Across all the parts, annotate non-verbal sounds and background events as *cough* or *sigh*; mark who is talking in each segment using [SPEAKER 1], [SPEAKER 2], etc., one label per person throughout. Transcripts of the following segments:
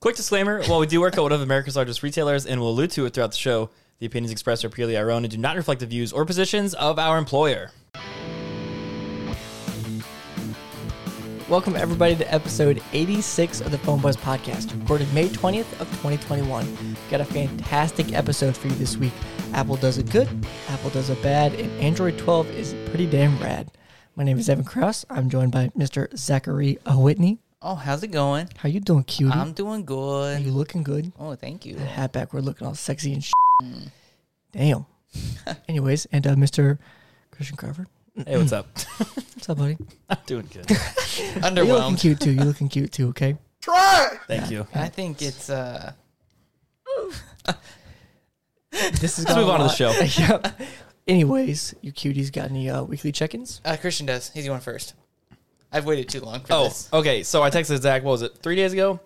[SPEAKER 1] Quick disclaimer while we do work at one of America's largest retailers and will allude to it throughout the show, the opinions expressed are purely our own and do not reflect the views or positions of our employer.
[SPEAKER 2] Welcome everybody to episode 86 of the Phone Buzz Podcast, recorded May 20th of 2021. Got a fantastic episode for you this week. Apple does it good, Apple does it bad, and Android 12 is pretty damn rad. My name is Evan Krause. I'm joined by Mr. Zachary Whitney.
[SPEAKER 3] Oh, how's it going?
[SPEAKER 2] How you doing,
[SPEAKER 1] Mm-hmm.
[SPEAKER 2] cutie?
[SPEAKER 3] I'm doing
[SPEAKER 2] Are
[SPEAKER 3] good.
[SPEAKER 2] you looking good?
[SPEAKER 3] Oh,
[SPEAKER 1] *laughs*
[SPEAKER 3] thank you.
[SPEAKER 2] That hat back, we're looking all sexy and sh-
[SPEAKER 3] Mm. *laughs*
[SPEAKER 2] Damn. Anyways, and uh, Mr. Christian Crawford.
[SPEAKER 1] Hey, what's up?
[SPEAKER 2] What's up, buddy?
[SPEAKER 1] I'm doing good.
[SPEAKER 2] You're looking
[SPEAKER 3] Underwhelmed.
[SPEAKER 2] cute too.
[SPEAKER 3] *laughs*
[SPEAKER 2] You're looking cute too, okay?
[SPEAKER 1] Thank you.
[SPEAKER 3] I think it's uh
[SPEAKER 2] This is
[SPEAKER 1] Let's move on to the show.
[SPEAKER 2] *laughs* yep. Anyways, you cuties got any uh, weekly check-ins?
[SPEAKER 3] uh Christian does. He's going first. I've waited too long for
[SPEAKER 1] Oh,
[SPEAKER 3] this.
[SPEAKER 1] okay. So I texted Zach, what was it, three days ago?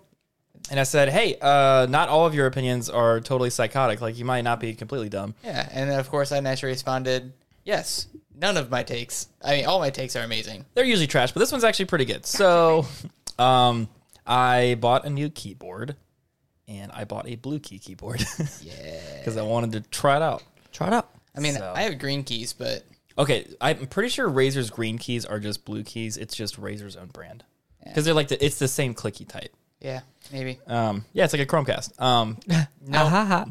[SPEAKER 1] And I said, hey, uh, not all of your opinions are totally psychotic. Like, you might not be completely dumb.
[SPEAKER 3] Yeah, and then of course I naturally responded, "Yes, none of my takes. I mean, all my takes are amazing."
[SPEAKER 1] They're usually trash, but this one's actually pretty good. So *laughs* um, I bought a new keyboard and I bought a blue key keyboard *laughs*
[SPEAKER 3] Yeah.
[SPEAKER 1] because I wanted to try it out.
[SPEAKER 2] Try it out.
[SPEAKER 3] I mean,
[SPEAKER 1] So-
[SPEAKER 3] I have green keys, but
[SPEAKER 1] Okay, I'm pretty sure Razer's green keys are just blue keys. It's just Razer's own brand because they're like the, it's the same clicky type.
[SPEAKER 3] yeah, maybe.
[SPEAKER 1] Um, yeah, it's like a Chromecast. Um,
[SPEAKER 2] No. ha ha.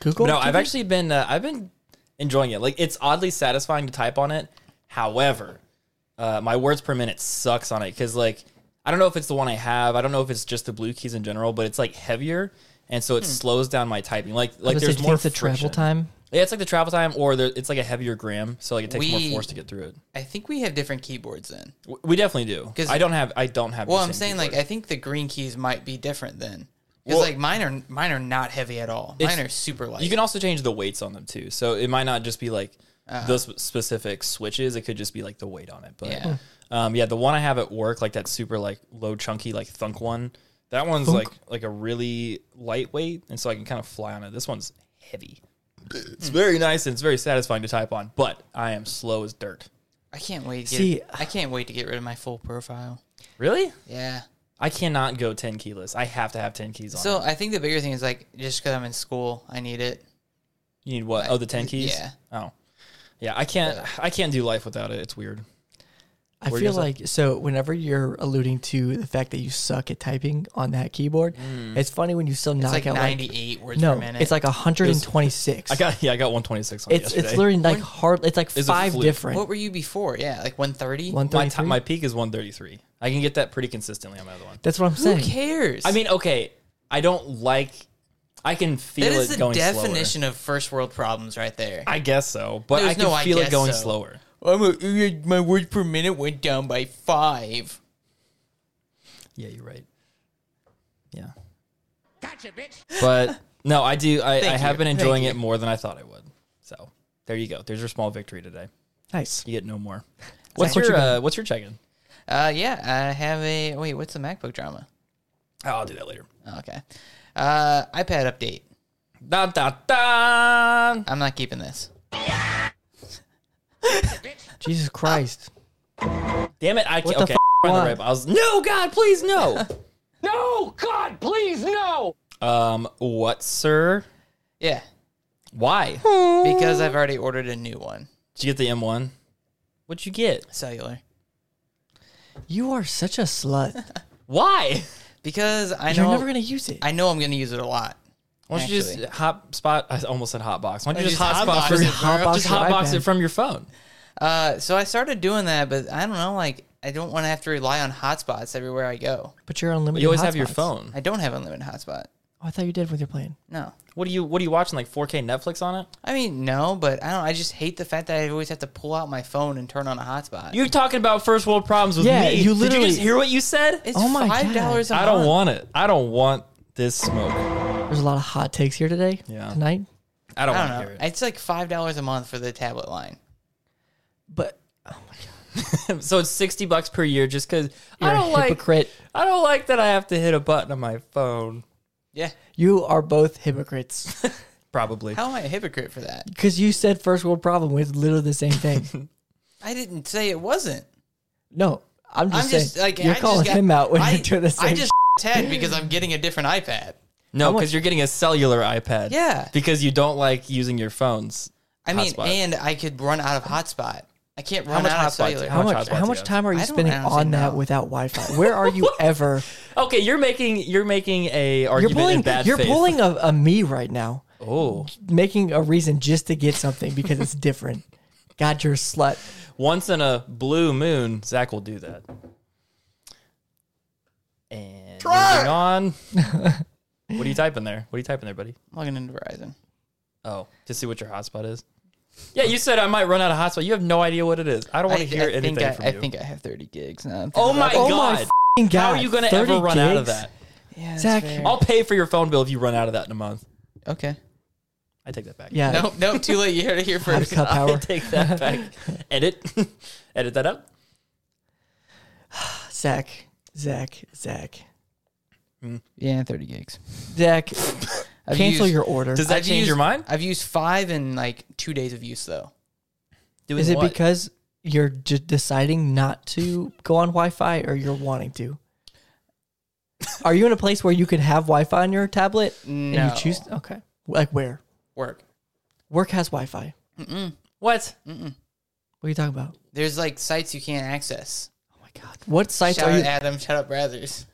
[SPEAKER 2] Google.
[SPEAKER 1] but no, I've actually been uh, I've been enjoying it. Like it's oddly satisfying to type on it. However, uh, my words per minute sucks on it because like I don't know if it's the one I have. I don't know if it's just the blue keys in general, but it's like heavier. And so it
[SPEAKER 2] Hmm.
[SPEAKER 1] slows down my typing. Like, like
[SPEAKER 2] Does it
[SPEAKER 1] there's more
[SPEAKER 2] think the travel
[SPEAKER 1] friction.
[SPEAKER 2] time.
[SPEAKER 1] Yeah, it's like the travel time, or there, it's like a heavier gram, so like it takes more
[SPEAKER 3] We-
[SPEAKER 1] force to get through it.
[SPEAKER 3] I think we have different keyboards then.
[SPEAKER 1] W- We definitely do.
[SPEAKER 3] 'Cause-
[SPEAKER 1] I don't have. I don't have. the
[SPEAKER 3] Well, I'm
[SPEAKER 1] same
[SPEAKER 3] saying
[SPEAKER 1] keyboard.
[SPEAKER 3] like I think the green keys might be different then. Cuz
[SPEAKER 1] Well-
[SPEAKER 3] like mine are mine are not heavy at all.
[SPEAKER 1] It's-
[SPEAKER 3] Mine are super light.
[SPEAKER 1] You can also change the weights on them too, so it might not just be like
[SPEAKER 3] Uh-huh.
[SPEAKER 1] those sp- specific switches. It could just be like the weight on it. But
[SPEAKER 3] Yeah.
[SPEAKER 1] um, yeah, the one I have at work, like that super like low chunky like thunk one. That one's like like a really lightweight, and so I can kind of fly on it. This one's heavy.
[SPEAKER 3] Hmm.
[SPEAKER 1] It's very nice and it's very satisfying to type on, but I am slow as dirt.
[SPEAKER 3] I can't wait. To
[SPEAKER 2] See-
[SPEAKER 3] get, I can't wait to get rid of my full profile.
[SPEAKER 1] Really?
[SPEAKER 3] Yeah.
[SPEAKER 1] I cannot go ten keyless. I have to have ten keys on.
[SPEAKER 3] So
[SPEAKER 1] it.
[SPEAKER 3] I think the bigger thing is like just because I'm in school, I need it.
[SPEAKER 1] you need what? Oh, the ten keys.
[SPEAKER 3] Yeah.
[SPEAKER 1] Oh, yeah. I can't. I can't do life without it. It's weird.
[SPEAKER 2] I
[SPEAKER 1] Where
[SPEAKER 2] feel
[SPEAKER 1] does it-
[SPEAKER 2] like so. Whenever you're alluding to the fact that you suck at typing on that keyboard,
[SPEAKER 1] Hmm.
[SPEAKER 2] it's funny when you still knock
[SPEAKER 3] It's like
[SPEAKER 2] out
[SPEAKER 3] 98
[SPEAKER 2] like
[SPEAKER 3] words
[SPEAKER 2] no,
[SPEAKER 3] per minute.
[SPEAKER 2] it's like 126.
[SPEAKER 1] I got yeah, I got 126 on
[SPEAKER 2] it's
[SPEAKER 1] yesterday.
[SPEAKER 2] it's literally like hard. It's like
[SPEAKER 1] It's a
[SPEAKER 2] five
[SPEAKER 1] fluke.
[SPEAKER 2] different.
[SPEAKER 3] what were you before? Yeah, like 130.
[SPEAKER 1] my top,
[SPEAKER 2] 133.
[SPEAKER 1] my peak is 133. I can get that pretty consistently on my other one.
[SPEAKER 2] That's what I'm
[SPEAKER 3] Who
[SPEAKER 2] saying.
[SPEAKER 3] cares?
[SPEAKER 1] I mean, okay, I don't like I can feel
[SPEAKER 3] that is
[SPEAKER 1] it
[SPEAKER 3] the
[SPEAKER 1] going
[SPEAKER 3] definition of first world problems right there.
[SPEAKER 1] slower. I guess so, but I
[SPEAKER 3] There's
[SPEAKER 1] can
[SPEAKER 3] no I
[SPEAKER 1] feel it
[SPEAKER 3] guess
[SPEAKER 1] going
[SPEAKER 3] so.
[SPEAKER 1] slower.
[SPEAKER 3] I'm a, my words per minute went down by five.
[SPEAKER 1] Yeah, you're right. Yeah. Gotcha, bitch. But no, I do I, I
[SPEAKER 3] Thank
[SPEAKER 1] have
[SPEAKER 3] you.
[SPEAKER 1] been
[SPEAKER 3] Thank
[SPEAKER 1] enjoying it more than I thought I would. So, there you go. There's your small victory today.
[SPEAKER 2] Nice.
[SPEAKER 1] You get no more. What's
[SPEAKER 2] what
[SPEAKER 1] your
[SPEAKER 2] you
[SPEAKER 1] uh, what's your check-in?
[SPEAKER 3] Uh, yeah, I have a wait. What's the MacBook drama?
[SPEAKER 1] Oh, I'll do that later.
[SPEAKER 3] Oh, okay, uh, iPad update.
[SPEAKER 1] Da da da.
[SPEAKER 3] I'm not keeping this.
[SPEAKER 2] Jesus Christ.
[SPEAKER 1] Damn it! I can't.
[SPEAKER 2] the
[SPEAKER 1] Okay,
[SPEAKER 2] f-
[SPEAKER 1] find the
[SPEAKER 2] why?
[SPEAKER 1] right. button. I was no God, please no,
[SPEAKER 4] *laughs* No, God, please, no!
[SPEAKER 1] um, what, sir?
[SPEAKER 3] Yeah,
[SPEAKER 1] Why
[SPEAKER 3] because I've already ordered a new one,
[SPEAKER 1] did you get the M one? What'd you get?
[SPEAKER 3] cellular.
[SPEAKER 2] You are such
[SPEAKER 1] *laughs*
[SPEAKER 2] a slut.
[SPEAKER 1] Why?
[SPEAKER 3] Because I
[SPEAKER 2] You're
[SPEAKER 3] know
[SPEAKER 2] never gonna use it.
[SPEAKER 3] I know I'm gonna use it a lot.
[SPEAKER 1] Why don't you just
[SPEAKER 3] Actually.
[SPEAKER 1] hot spot? I almost said hot box. Why don't you just
[SPEAKER 3] Just
[SPEAKER 1] hot spot?
[SPEAKER 3] hotbox
[SPEAKER 1] From,
[SPEAKER 3] it,
[SPEAKER 1] your-
[SPEAKER 3] bro.
[SPEAKER 2] Hotbox
[SPEAKER 1] just
[SPEAKER 2] your
[SPEAKER 1] hot box
[SPEAKER 2] iPad.
[SPEAKER 1] it from your phone.
[SPEAKER 3] Uh, so I started doing that, but I don't know. Like, I don't want to have to rely on hotspots everywhere I go.
[SPEAKER 2] But you're unlimited.
[SPEAKER 1] You always have your
[SPEAKER 2] hotspots.
[SPEAKER 1] phone.
[SPEAKER 3] I don't have unlimited hotspot.
[SPEAKER 2] Oh, I thought you did with your plan.
[SPEAKER 3] No,
[SPEAKER 1] What are you? What are you watching? Like 4K Netflix on it?
[SPEAKER 3] I mean no, but I don't. I just hate the fact that I always have to pull out my phone and turn on a hotspot.
[SPEAKER 1] You're talking about first world problems with
[SPEAKER 2] Yeah,
[SPEAKER 1] me.
[SPEAKER 2] you
[SPEAKER 1] Did you
[SPEAKER 2] literally-
[SPEAKER 1] just hear what you said?
[SPEAKER 3] it's
[SPEAKER 2] Oh my
[SPEAKER 3] five dollars a
[SPEAKER 1] I don't
[SPEAKER 3] month.
[SPEAKER 1] want it. I don't want this smoke.
[SPEAKER 2] There's a lot of hot takes here today.
[SPEAKER 1] Yeah.
[SPEAKER 2] Tonight.
[SPEAKER 1] I don't,
[SPEAKER 3] I
[SPEAKER 1] want to
[SPEAKER 3] don't
[SPEAKER 1] hear
[SPEAKER 3] know.
[SPEAKER 1] it.
[SPEAKER 3] It's like five dollars a month for the tablet line.
[SPEAKER 2] But
[SPEAKER 1] *laughs* so it's 60 bucks per year just because
[SPEAKER 2] you're
[SPEAKER 1] I don't
[SPEAKER 2] a
[SPEAKER 1] like.
[SPEAKER 2] hypocrite.
[SPEAKER 1] I don't like that I have to hit a button on my phone.
[SPEAKER 3] Yeah.
[SPEAKER 2] You are both
[SPEAKER 3] *laughs*
[SPEAKER 2] hypocrites.
[SPEAKER 1] Probably.
[SPEAKER 3] How am I a hypocrite for that?
[SPEAKER 2] Because you said first world problem with literally the same
[SPEAKER 3] *laughs*
[SPEAKER 2] thing.
[SPEAKER 3] I didn't say it wasn't.
[SPEAKER 2] no, I'm just
[SPEAKER 3] I'm
[SPEAKER 2] saying.
[SPEAKER 3] just like
[SPEAKER 2] you're
[SPEAKER 3] I
[SPEAKER 2] calling
[SPEAKER 3] just got,
[SPEAKER 2] him out when
[SPEAKER 3] I,
[SPEAKER 2] you're doing the same
[SPEAKER 3] I just Ted because I'm getting a different iPad.
[SPEAKER 1] No, because you're getting a cellular iPad.
[SPEAKER 3] Yeah.
[SPEAKER 1] Because you don't like using your phones.
[SPEAKER 3] I mean,
[SPEAKER 1] Hotspot.
[SPEAKER 3] and I could run out of hotspot. I can't run
[SPEAKER 1] much
[SPEAKER 3] out of
[SPEAKER 1] hotspot do
[SPEAKER 3] cellular.
[SPEAKER 1] you-
[SPEAKER 2] How
[SPEAKER 1] much
[SPEAKER 2] much
[SPEAKER 1] hotspots
[SPEAKER 2] how
[SPEAKER 1] you
[SPEAKER 2] much
[SPEAKER 1] have?
[SPEAKER 2] time are
[SPEAKER 3] I
[SPEAKER 2] you
[SPEAKER 3] don't
[SPEAKER 2] spending
[SPEAKER 3] honestly
[SPEAKER 2] on that
[SPEAKER 3] know.
[SPEAKER 2] without Wi-Fi? Where are
[SPEAKER 3] *laughs*
[SPEAKER 2] you ever?
[SPEAKER 1] Okay, you're making you're making a
[SPEAKER 2] You're
[SPEAKER 1] argument in
[SPEAKER 2] pulling.
[SPEAKER 1] bad
[SPEAKER 2] You're
[SPEAKER 1] faith.
[SPEAKER 2] pulling a, a me right now,
[SPEAKER 1] Oh,
[SPEAKER 2] making a reason just to get something because
[SPEAKER 3] *laughs*
[SPEAKER 2] it's different. God, you're a slut.
[SPEAKER 1] once in a blue moon, Zach will do that. And moving on.
[SPEAKER 2] *laughs*
[SPEAKER 1] what are you typing there? What are you typing there, buddy?
[SPEAKER 3] I'm logging into Verizon.
[SPEAKER 1] Oh, to see what your hotspot is. Yeah, you said I might run out of hotspot. You have no idea what it is. I don't want to hear anything
[SPEAKER 3] think I,
[SPEAKER 1] from
[SPEAKER 3] I
[SPEAKER 1] you.
[SPEAKER 3] think I have 30 gigs now.
[SPEAKER 1] oh my
[SPEAKER 2] Oh my
[SPEAKER 1] god!
[SPEAKER 2] fing
[SPEAKER 1] How
[SPEAKER 2] God,
[SPEAKER 1] are you going to
[SPEAKER 2] 30
[SPEAKER 1] ever run out of
[SPEAKER 2] gigs?
[SPEAKER 1] that?
[SPEAKER 3] yeah, that's
[SPEAKER 2] Zach,
[SPEAKER 3] fair.
[SPEAKER 1] I'll pay for your phone bill if you run out of that in a month.
[SPEAKER 3] okay.
[SPEAKER 1] I take that back. *laughs*
[SPEAKER 2] Yeah,
[SPEAKER 3] Nope, nope. Too late. You heard it here
[SPEAKER 2] out of
[SPEAKER 3] first.
[SPEAKER 2] cup
[SPEAKER 1] I *laughs*
[SPEAKER 2] hour.
[SPEAKER 1] take that back. Edit, *laughs* edit that up.
[SPEAKER 2] Zach, Zach, Zach,
[SPEAKER 3] Yeah, 30 gigs.
[SPEAKER 2] Zach.
[SPEAKER 3] I've
[SPEAKER 2] cancel
[SPEAKER 3] used-
[SPEAKER 2] your order.
[SPEAKER 1] Does that
[SPEAKER 3] I've
[SPEAKER 1] change
[SPEAKER 3] used-
[SPEAKER 1] your mind?
[SPEAKER 3] I've used five in like two days of use though.
[SPEAKER 1] Doing
[SPEAKER 2] Is it
[SPEAKER 1] what?
[SPEAKER 2] because you're j- deciding not to go on Wi-Fi, or you're wanting to? Are you in a place where you could have Wi-Fi on your tablet and
[SPEAKER 3] No.
[SPEAKER 2] you choose? Okay, like where?
[SPEAKER 3] Work.
[SPEAKER 2] Work has Wi-Fi.
[SPEAKER 1] what?
[SPEAKER 2] What are you talking about?
[SPEAKER 3] There's like sites you can't access.
[SPEAKER 2] Oh my god! What sites
[SPEAKER 3] Shout
[SPEAKER 2] are
[SPEAKER 3] out
[SPEAKER 2] you?
[SPEAKER 3] Adam. Shout out Brazzers.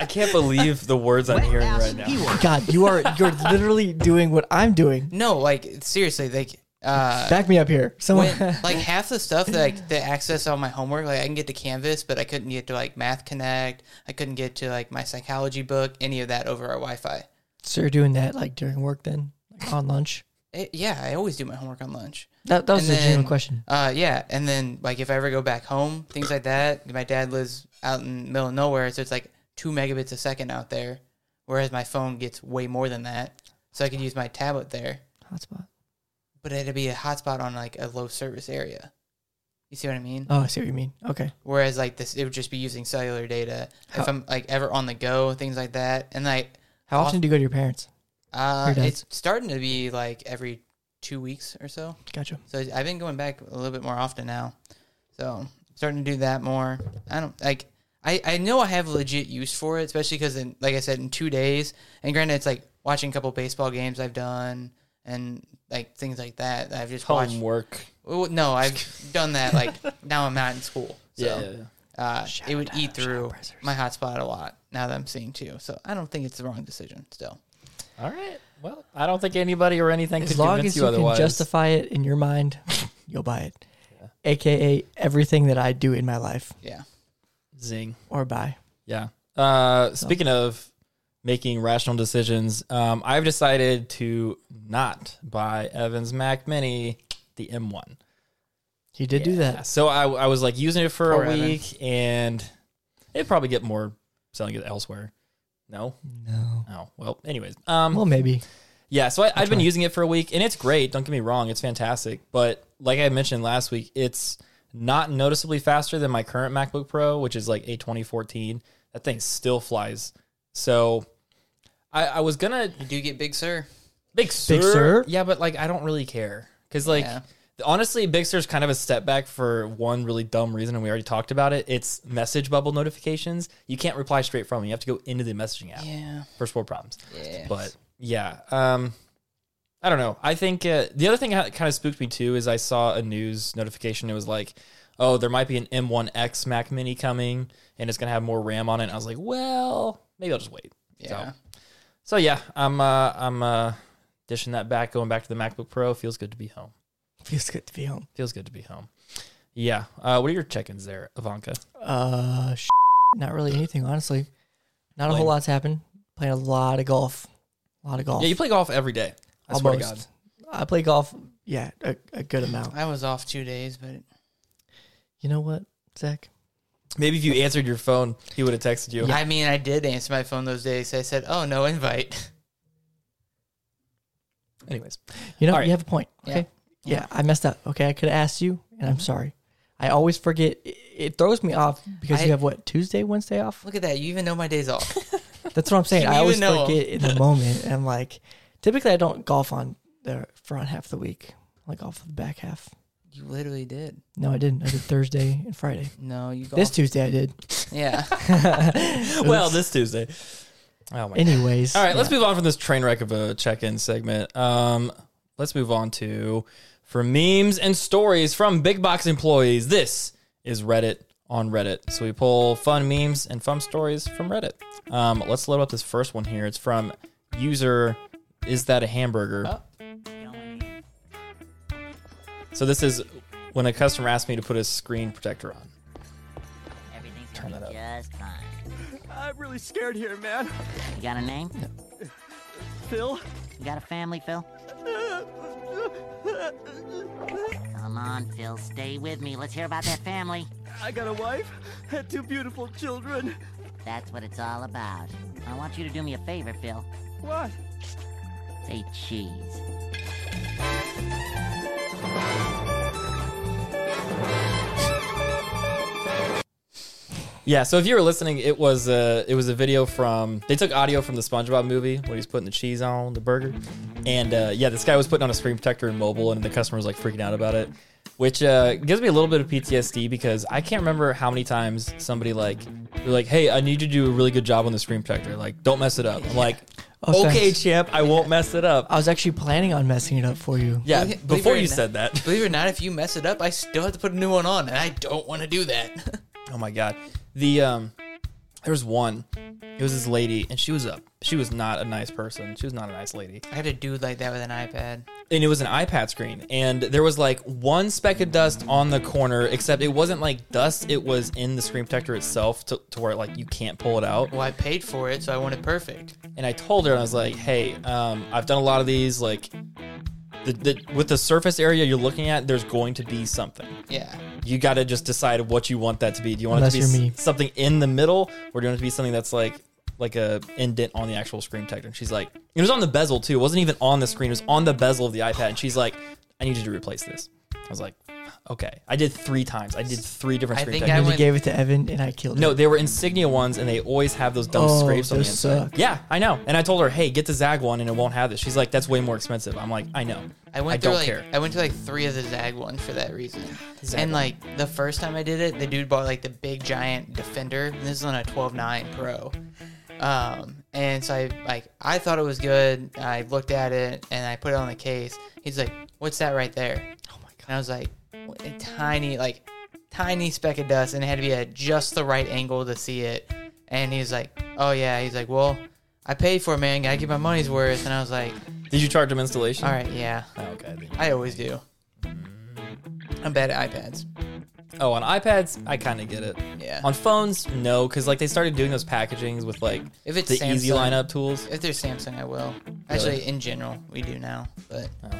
[SPEAKER 1] I can't believe the words I'm hearing right *laughs* now.
[SPEAKER 2] God, you are you're literally doing what I'm doing.
[SPEAKER 3] No, like seriously, like uh,
[SPEAKER 2] Back me up here. Someone.
[SPEAKER 3] when, like half the stuff that like the access on my homework, like I can get to Canvas, but I couldn't get to like Math Connect. I couldn't get to like my psychology book, any of that over our Wi-Fi.
[SPEAKER 2] *laughs* so you're doing that like during work then, like on lunch.
[SPEAKER 3] Eh, yeah, I always do my homework on lunch.
[SPEAKER 2] That, that was
[SPEAKER 3] And
[SPEAKER 2] a genuine
[SPEAKER 3] then-
[SPEAKER 2] question.
[SPEAKER 3] Uh, yeah, and then like if I ever go back home, things like that. My dad lives out in the middle of nowhere, so it's like two megabits a second out there, whereas my phone gets way more than that. So I could use my tablet there,
[SPEAKER 2] Hotspot.
[SPEAKER 3] but it'd be a hotspot on like a low service area. You see what I mean?
[SPEAKER 2] Oh, I see what you mean. Okay.
[SPEAKER 3] Whereas like this, it would just be using cellular data if I'm like ever on the go, things like that. And like
[SPEAKER 2] How often do you go to your parents?
[SPEAKER 3] uh,
[SPEAKER 2] Your dad's-
[SPEAKER 3] it's starting to be like every two weeks or so.
[SPEAKER 2] Gotcha.
[SPEAKER 3] So I've been going back a little bit more often now. So starting to do that more. I don't like. I, I know I have legit use for it, especially because, like I said, in two days. And granted, it's like watching a couple baseball games I've done and like things like that. that I've just watched.
[SPEAKER 1] Homework.
[SPEAKER 3] Well, No, *laughs* I've done that. Like now I'm not in school, so
[SPEAKER 1] Yeah, yeah, yeah.
[SPEAKER 3] Uh, it would eat through
[SPEAKER 2] Brazzers.
[SPEAKER 3] my hotspot a lot. Now that I'm seeing too, so I don't think it's the wrong decision. Still,
[SPEAKER 1] All right. Well, I don't think anybody or anything
[SPEAKER 2] As
[SPEAKER 1] could
[SPEAKER 2] long
[SPEAKER 1] convince
[SPEAKER 2] as
[SPEAKER 1] you,
[SPEAKER 2] you
[SPEAKER 1] otherwise.
[SPEAKER 2] can justify it in your mind, *laughs* you'll buy it. AKA everything that I do in my life
[SPEAKER 3] yeah.
[SPEAKER 1] Zing.
[SPEAKER 2] or buy.
[SPEAKER 1] Yeah. Uh, speaking of making rational decisions, um, I've decided to not buy Evans Mac Mini, the M1.
[SPEAKER 2] You did do that.
[SPEAKER 1] So I, I was like using it for
[SPEAKER 3] Poor
[SPEAKER 1] a
[SPEAKER 3] Evan.
[SPEAKER 1] week, and it'd probably get more selling it elsewhere. No.
[SPEAKER 2] No.
[SPEAKER 1] Oh well. Anyways. Um.
[SPEAKER 2] Well, maybe.
[SPEAKER 1] Yeah, so I, I've been using it for a week, and it's great. Don't get me wrong; it's fantastic. But like I mentioned last week, it's not noticeably faster than my current MacBook Pro, which is like a 2014. That thing still flies. So I, I was gonna
[SPEAKER 3] You do get big, sir.
[SPEAKER 1] Big Sur.
[SPEAKER 2] Sur?
[SPEAKER 1] Yeah, but like I don't really care because like
[SPEAKER 3] Yeah.
[SPEAKER 1] honestly, Big Sur's kind of a step back for one really dumb reason, and we already talked about it. It's message bubble notifications. You can't reply straight from them. You have to go into the messaging app
[SPEAKER 3] Yeah.
[SPEAKER 1] first world problems.
[SPEAKER 3] Yeah.
[SPEAKER 1] But yeah, um, I don't know. I think uh, the other thing that kind of spooked me too is I saw a news notification. It was like, oh, there might be an M1X Mac Mini coming, and it's gonna have more RAM on it. And I was like, well, maybe I'll just wait.
[SPEAKER 3] Yeah.
[SPEAKER 1] So, so yeah, I'm uh, I'm uh, dishing that back, going back to the MacBook Pro. Feels good to be home.
[SPEAKER 2] Feels good to be home.
[SPEAKER 1] Feels good to be home. Yeah. Uh, what are your check-ins there, Ivanka?
[SPEAKER 2] Uh, sh- not really anything, honestly. Not a
[SPEAKER 1] Lame.
[SPEAKER 2] whole lot's happened. Playing a lot of golf. A lot of golf.
[SPEAKER 1] Yeah, you play golf every day. I swear to God.
[SPEAKER 2] Almost. I play golf, yeah, a, a good amount.
[SPEAKER 3] I was off two days, but
[SPEAKER 2] You know what, Zach?
[SPEAKER 1] Maybe if you answered your phone, he would have texted you.
[SPEAKER 3] I mean, I did answer my phone those days. I said, "Oh, no invite." *laughs*
[SPEAKER 1] Anyways,
[SPEAKER 2] You know,
[SPEAKER 1] All right.
[SPEAKER 2] you have a point.
[SPEAKER 3] Yeah.
[SPEAKER 2] Okay. Yeah. I messed up. Okay. I could have asked you, and I'm sorry. I always forget. It, it throws me off because
[SPEAKER 3] I-
[SPEAKER 2] you have what Tuesday, Wednesday off.
[SPEAKER 3] Look at that. You even know my days off.
[SPEAKER 2] That's what I'm saying.
[SPEAKER 3] You
[SPEAKER 2] I
[SPEAKER 3] even
[SPEAKER 2] always
[SPEAKER 3] know.
[SPEAKER 2] forget in the moment, and like typically I don't golf on the front half of the week. I golf the back half.
[SPEAKER 3] You literally did.
[SPEAKER 2] No, I didn't. I did Thursday and Friday.
[SPEAKER 3] No, you golfed.
[SPEAKER 2] This Tuesday I did. *laughs*
[SPEAKER 3] yeah.
[SPEAKER 1] well, this Tuesday. Oh my.
[SPEAKER 2] Anyways.
[SPEAKER 1] All right, let's move on from this train wreck of a check-in segment. Um, let's move on to for memes and stories from big box employees. This is Reddit on Reddit. So we pull fun memes and fun stories from Reddit. Um, let's load up this first one here. It's from user is that a hamburger? So this is when a customer asked me to put a screen protector on.
[SPEAKER 5] Everything's gonna be just fine.
[SPEAKER 6] I'm really scared here, man.
[SPEAKER 5] You got a name?
[SPEAKER 6] Phil?
[SPEAKER 5] You got a family, Phil? Come on, Phil, stay with me. Let's hear about that family.
[SPEAKER 6] I got a wife and two beautiful children.
[SPEAKER 5] That's what it's all about. I want you to do me a favor, Phil.
[SPEAKER 6] What?
[SPEAKER 5] Say cheese.
[SPEAKER 1] Yeah, so if you were listening, it was a it was a video from they took audio from the SpongeBob movie when he's putting the cheese on the burger, and uh, yeah, this guy was putting on a screen protector in mobile, and the customer was like freaking out about it, which uh, gives me a little bit of PTSD because I can't remember how many times somebody like they're like, hey, I need you to do a really good job on the screen protector, like don't mess it up. I'm like,
[SPEAKER 2] Oh,
[SPEAKER 1] okay,
[SPEAKER 2] thanks.
[SPEAKER 1] champ, I won't mess it up.
[SPEAKER 2] I was actually planning on messing it up for you.
[SPEAKER 1] Yeah,
[SPEAKER 3] Believe- believe
[SPEAKER 1] before
[SPEAKER 3] it or
[SPEAKER 1] you
[SPEAKER 3] not-
[SPEAKER 1] said that.
[SPEAKER 3] Believe it or not, if you mess it up, I still have to put a new one on, and I don't want to do that. *laughs*
[SPEAKER 1] Oh my god. The um there was one. It was this lady and she was up. She was not a nice person. She was not a nice lady.
[SPEAKER 3] I had a dude like that with an iPad.
[SPEAKER 1] And it was an iPad screen and there was like one speck of dust on the corner except it wasn't like dust, it was in the screen protector itself to, to where like you can't pull it out.
[SPEAKER 3] Well, I paid for it, so I want it perfect.
[SPEAKER 1] and I told her, and I was like, "Hey, um, I've done a lot of these. Like, the, the with the surface area you're looking at, there's going to be something.
[SPEAKER 3] Yeah.
[SPEAKER 1] You got to just decide what you want that to be. Do you want it to
[SPEAKER 2] Unless
[SPEAKER 1] be
[SPEAKER 2] you're
[SPEAKER 1] s-
[SPEAKER 2] me.
[SPEAKER 1] something in the middle, or do you want it to be something that's like like a indent on the actual screen protector?" And she's like, "It was on the bezel too. It wasn't even on the screen. It was on the bezel of the iPad." And she's like, "I need you to replace this." I was like, "Okay." I did three times. I did three different
[SPEAKER 3] I
[SPEAKER 1] screen
[SPEAKER 3] think
[SPEAKER 1] protectors.
[SPEAKER 3] I
[SPEAKER 2] You
[SPEAKER 3] went-
[SPEAKER 2] gave it to Evan and I killed
[SPEAKER 1] No,
[SPEAKER 2] it.
[SPEAKER 1] they were insignia ones, and they always have those dumb
[SPEAKER 2] Oh,
[SPEAKER 1] scrapes on the
[SPEAKER 2] those
[SPEAKER 1] inside.
[SPEAKER 2] suck.
[SPEAKER 1] Yeah, I know. And I told her, hey, get the Zag one, and it won't have this. She's like, that's way more expensive. I'm like, I know.
[SPEAKER 3] I went through
[SPEAKER 1] don't
[SPEAKER 3] like
[SPEAKER 1] care.
[SPEAKER 3] I went to like three of the Zag ones for that reason.
[SPEAKER 1] Zag
[SPEAKER 3] and
[SPEAKER 1] one.
[SPEAKER 3] like the first time I did it, the dude bought like the big giant Defender. And this is on a 12.9 Pro. Um, and so I like I thought it was good. I looked at it and I put it on the case. He's like, "What's that right there?" Oh my god! And I was like, "What- "A tiny like tiny speck of dust," and it had to be at just the right angle to see it. And he's like, "Oh yeah." He's like, "Well." I paid for it, man. Gotta get my money's worth. And I was like,
[SPEAKER 1] Did you charge them installation?
[SPEAKER 3] all right, yeah.
[SPEAKER 1] Oh, okay. I didn't.
[SPEAKER 3] I always do. I'm bad at iPads.
[SPEAKER 1] Oh, on iPads, I kind of get it.
[SPEAKER 3] Yeah.
[SPEAKER 1] On phones, no, because like they started doing those packagings with like
[SPEAKER 3] If it's
[SPEAKER 1] the easy
[SPEAKER 3] Samsung.
[SPEAKER 1] lineup tools.
[SPEAKER 3] If there's Samsung, I will. Actually, in general, we do now. But
[SPEAKER 2] Oh.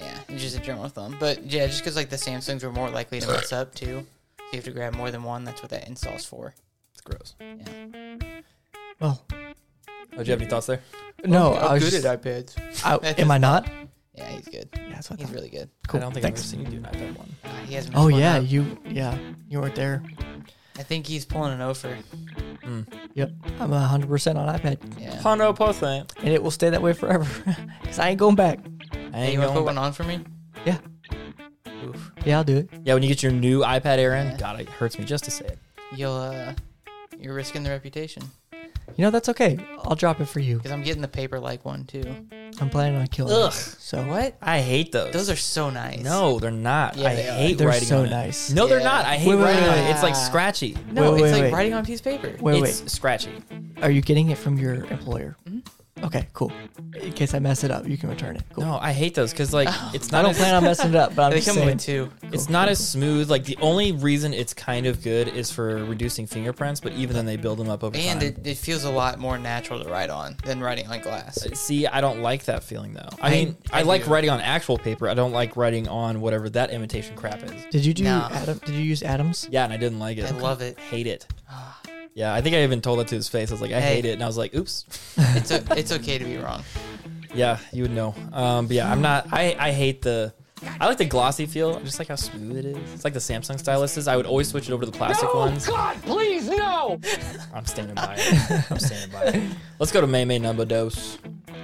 [SPEAKER 3] yeah, it's just a general thumb. But yeah, just because like the Samsungs were more likely to mess up too. So you have to grab more than one. That's what that install's for.
[SPEAKER 1] It's gross. Oh,
[SPEAKER 2] Well,
[SPEAKER 1] do you have any thoughts there?
[SPEAKER 2] no, I was just,
[SPEAKER 3] at iPads.
[SPEAKER 2] I, am I not?
[SPEAKER 3] Yeah, he's good.
[SPEAKER 2] Yeah, that's what I
[SPEAKER 3] He's
[SPEAKER 2] thought.
[SPEAKER 3] really good.
[SPEAKER 2] Cool.
[SPEAKER 1] I don't think
[SPEAKER 2] Thanks.
[SPEAKER 1] I've ever seen you do an iPad one.
[SPEAKER 3] Uh, He has.
[SPEAKER 2] Oh yeah, you yeah, you weren't there.
[SPEAKER 3] I think he's pulling an offer.
[SPEAKER 2] Yep, I'm hundred percent on iPad,
[SPEAKER 3] Yeah.
[SPEAKER 1] Pono post thing.
[SPEAKER 2] and it will stay that way forever, *laughs* cause I ain't going back.
[SPEAKER 1] I
[SPEAKER 3] Hey,
[SPEAKER 1] ain't
[SPEAKER 3] you want
[SPEAKER 1] going
[SPEAKER 3] to put
[SPEAKER 1] back.
[SPEAKER 3] one on for me?
[SPEAKER 2] Yeah,
[SPEAKER 3] Oof.
[SPEAKER 2] yeah, I'll do it.
[SPEAKER 1] Yeah, when you get your new iPad Air in, God, it hurts me just to say it.
[SPEAKER 3] You'll. uh You're risking the reputation
[SPEAKER 2] You know that's okay. I'll drop it for you.
[SPEAKER 3] because I'm getting the paper like one too.
[SPEAKER 2] I'm planning on killing.
[SPEAKER 1] Ugh.
[SPEAKER 2] It. So
[SPEAKER 3] What?
[SPEAKER 1] I hate those.
[SPEAKER 3] Those are so nice.
[SPEAKER 1] No, they're not.
[SPEAKER 3] Yeah,
[SPEAKER 1] I
[SPEAKER 3] they are.
[SPEAKER 1] hate
[SPEAKER 2] They're
[SPEAKER 1] writing
[SPEAKER 2] so
[SPEAKER 1] on it.
[SPEAKER 2] nice.
[SPEAKER 1] No, they're
[SPEAKER 3] Yeah.
[SPEAKER 1] not. I hate
[SPEAKER 2] Wait, wait,
[SPEAKER 1] writing
[SPEAKER 2] wait,
[SPEAKER 1] on it.
[SPEAKER 3] wait.
[SPEAKER 1] It's like scratchy.
[SPEAKER 3] No,
[SPEAKER 2] Wait,
[SPEAKER 3] it's
[SPEAKER 2] wait,
[SPEAKER 3] like
[SPEAKER 2] wait.
[SPEAKER 3] writing on a piece of paper.
[SPEAKER 2] wait,
[SPEAKER 1] it's
[SPEAKER 2] wait.
[SPEAKER 1] scratchy.
[SPEAKER 2] Are you getting it from your employer?
[SPEAKER 3] Mm-hmm.
[SPEAKER 2] Okay, cool. In case I mess it up, you can return it. Cool.
[SPEAKER 1] No, I hate those because like
[SPEAKER 3] Oh.
[SPEAKER 1] it's
[SPEAKER 2] I
[SPEAKER 1] not.
[SPEAKER 2] don't
[SPEAKER 1] as,
[SPEAKER 2] plan on messing it up, but I'm
[SPEAKER 3] *laughs* they
[SPEAKER 2] just
[SPEAKER 3] come
[SPEAKER 2] saying.
[SPEAKER 3] with two.
[SPEAKER 1] It's not as smooth. Like the only reason it's kind of good is for reducing fingerprints, but even then they build them up over
[SPEAKER 3] And
[SPEAKER 1] time.
[SPEAKER 3] it, it feels a lot more natural to write on than writing on *laughs* glass.
[SPEAKER 1] See, I don't like that feeling though. I mean, I,
[SPEAKER 3] I
[SPEAKER 1] like
[SPEAKER 3] do.
[SPEAKER 1] writing on actual paper. I don't like writing on whatever that imitation crap is.
[SPEAKER 2] Did you do
[SPEAKER 3] No.
[SPEAKER 2] Adam? Did you use Adams?
[SPEAKER 1] Yeah, and I didn't like it.
[SPEAKER 3] I love it. Ah.
[SPEAKER 1] Hate it. Yeah, I think I even told it to his face. I was like, I
[SPEAKER 3] Hey.
[SPEAKER 1] hate it, and I was like, oops.
[SPEAKER 3] It's o it's okay to be wrong.
[SPEAKER 1] Yeah, you would know. Um, but yeah, I'm not. I, I hate the. I like the glossy feel. I just like how smooth it is. It's like the Samsung styluses. I would always switch it over to the plastic
[SPEAKER 4] No,
[SPEAKER 1] ones.
[SPEAKER 4] God, please, no!
[SPEAKER 1] *laughs* I'm standing by it. I'm standing by it. Let's go to May May Number Dose.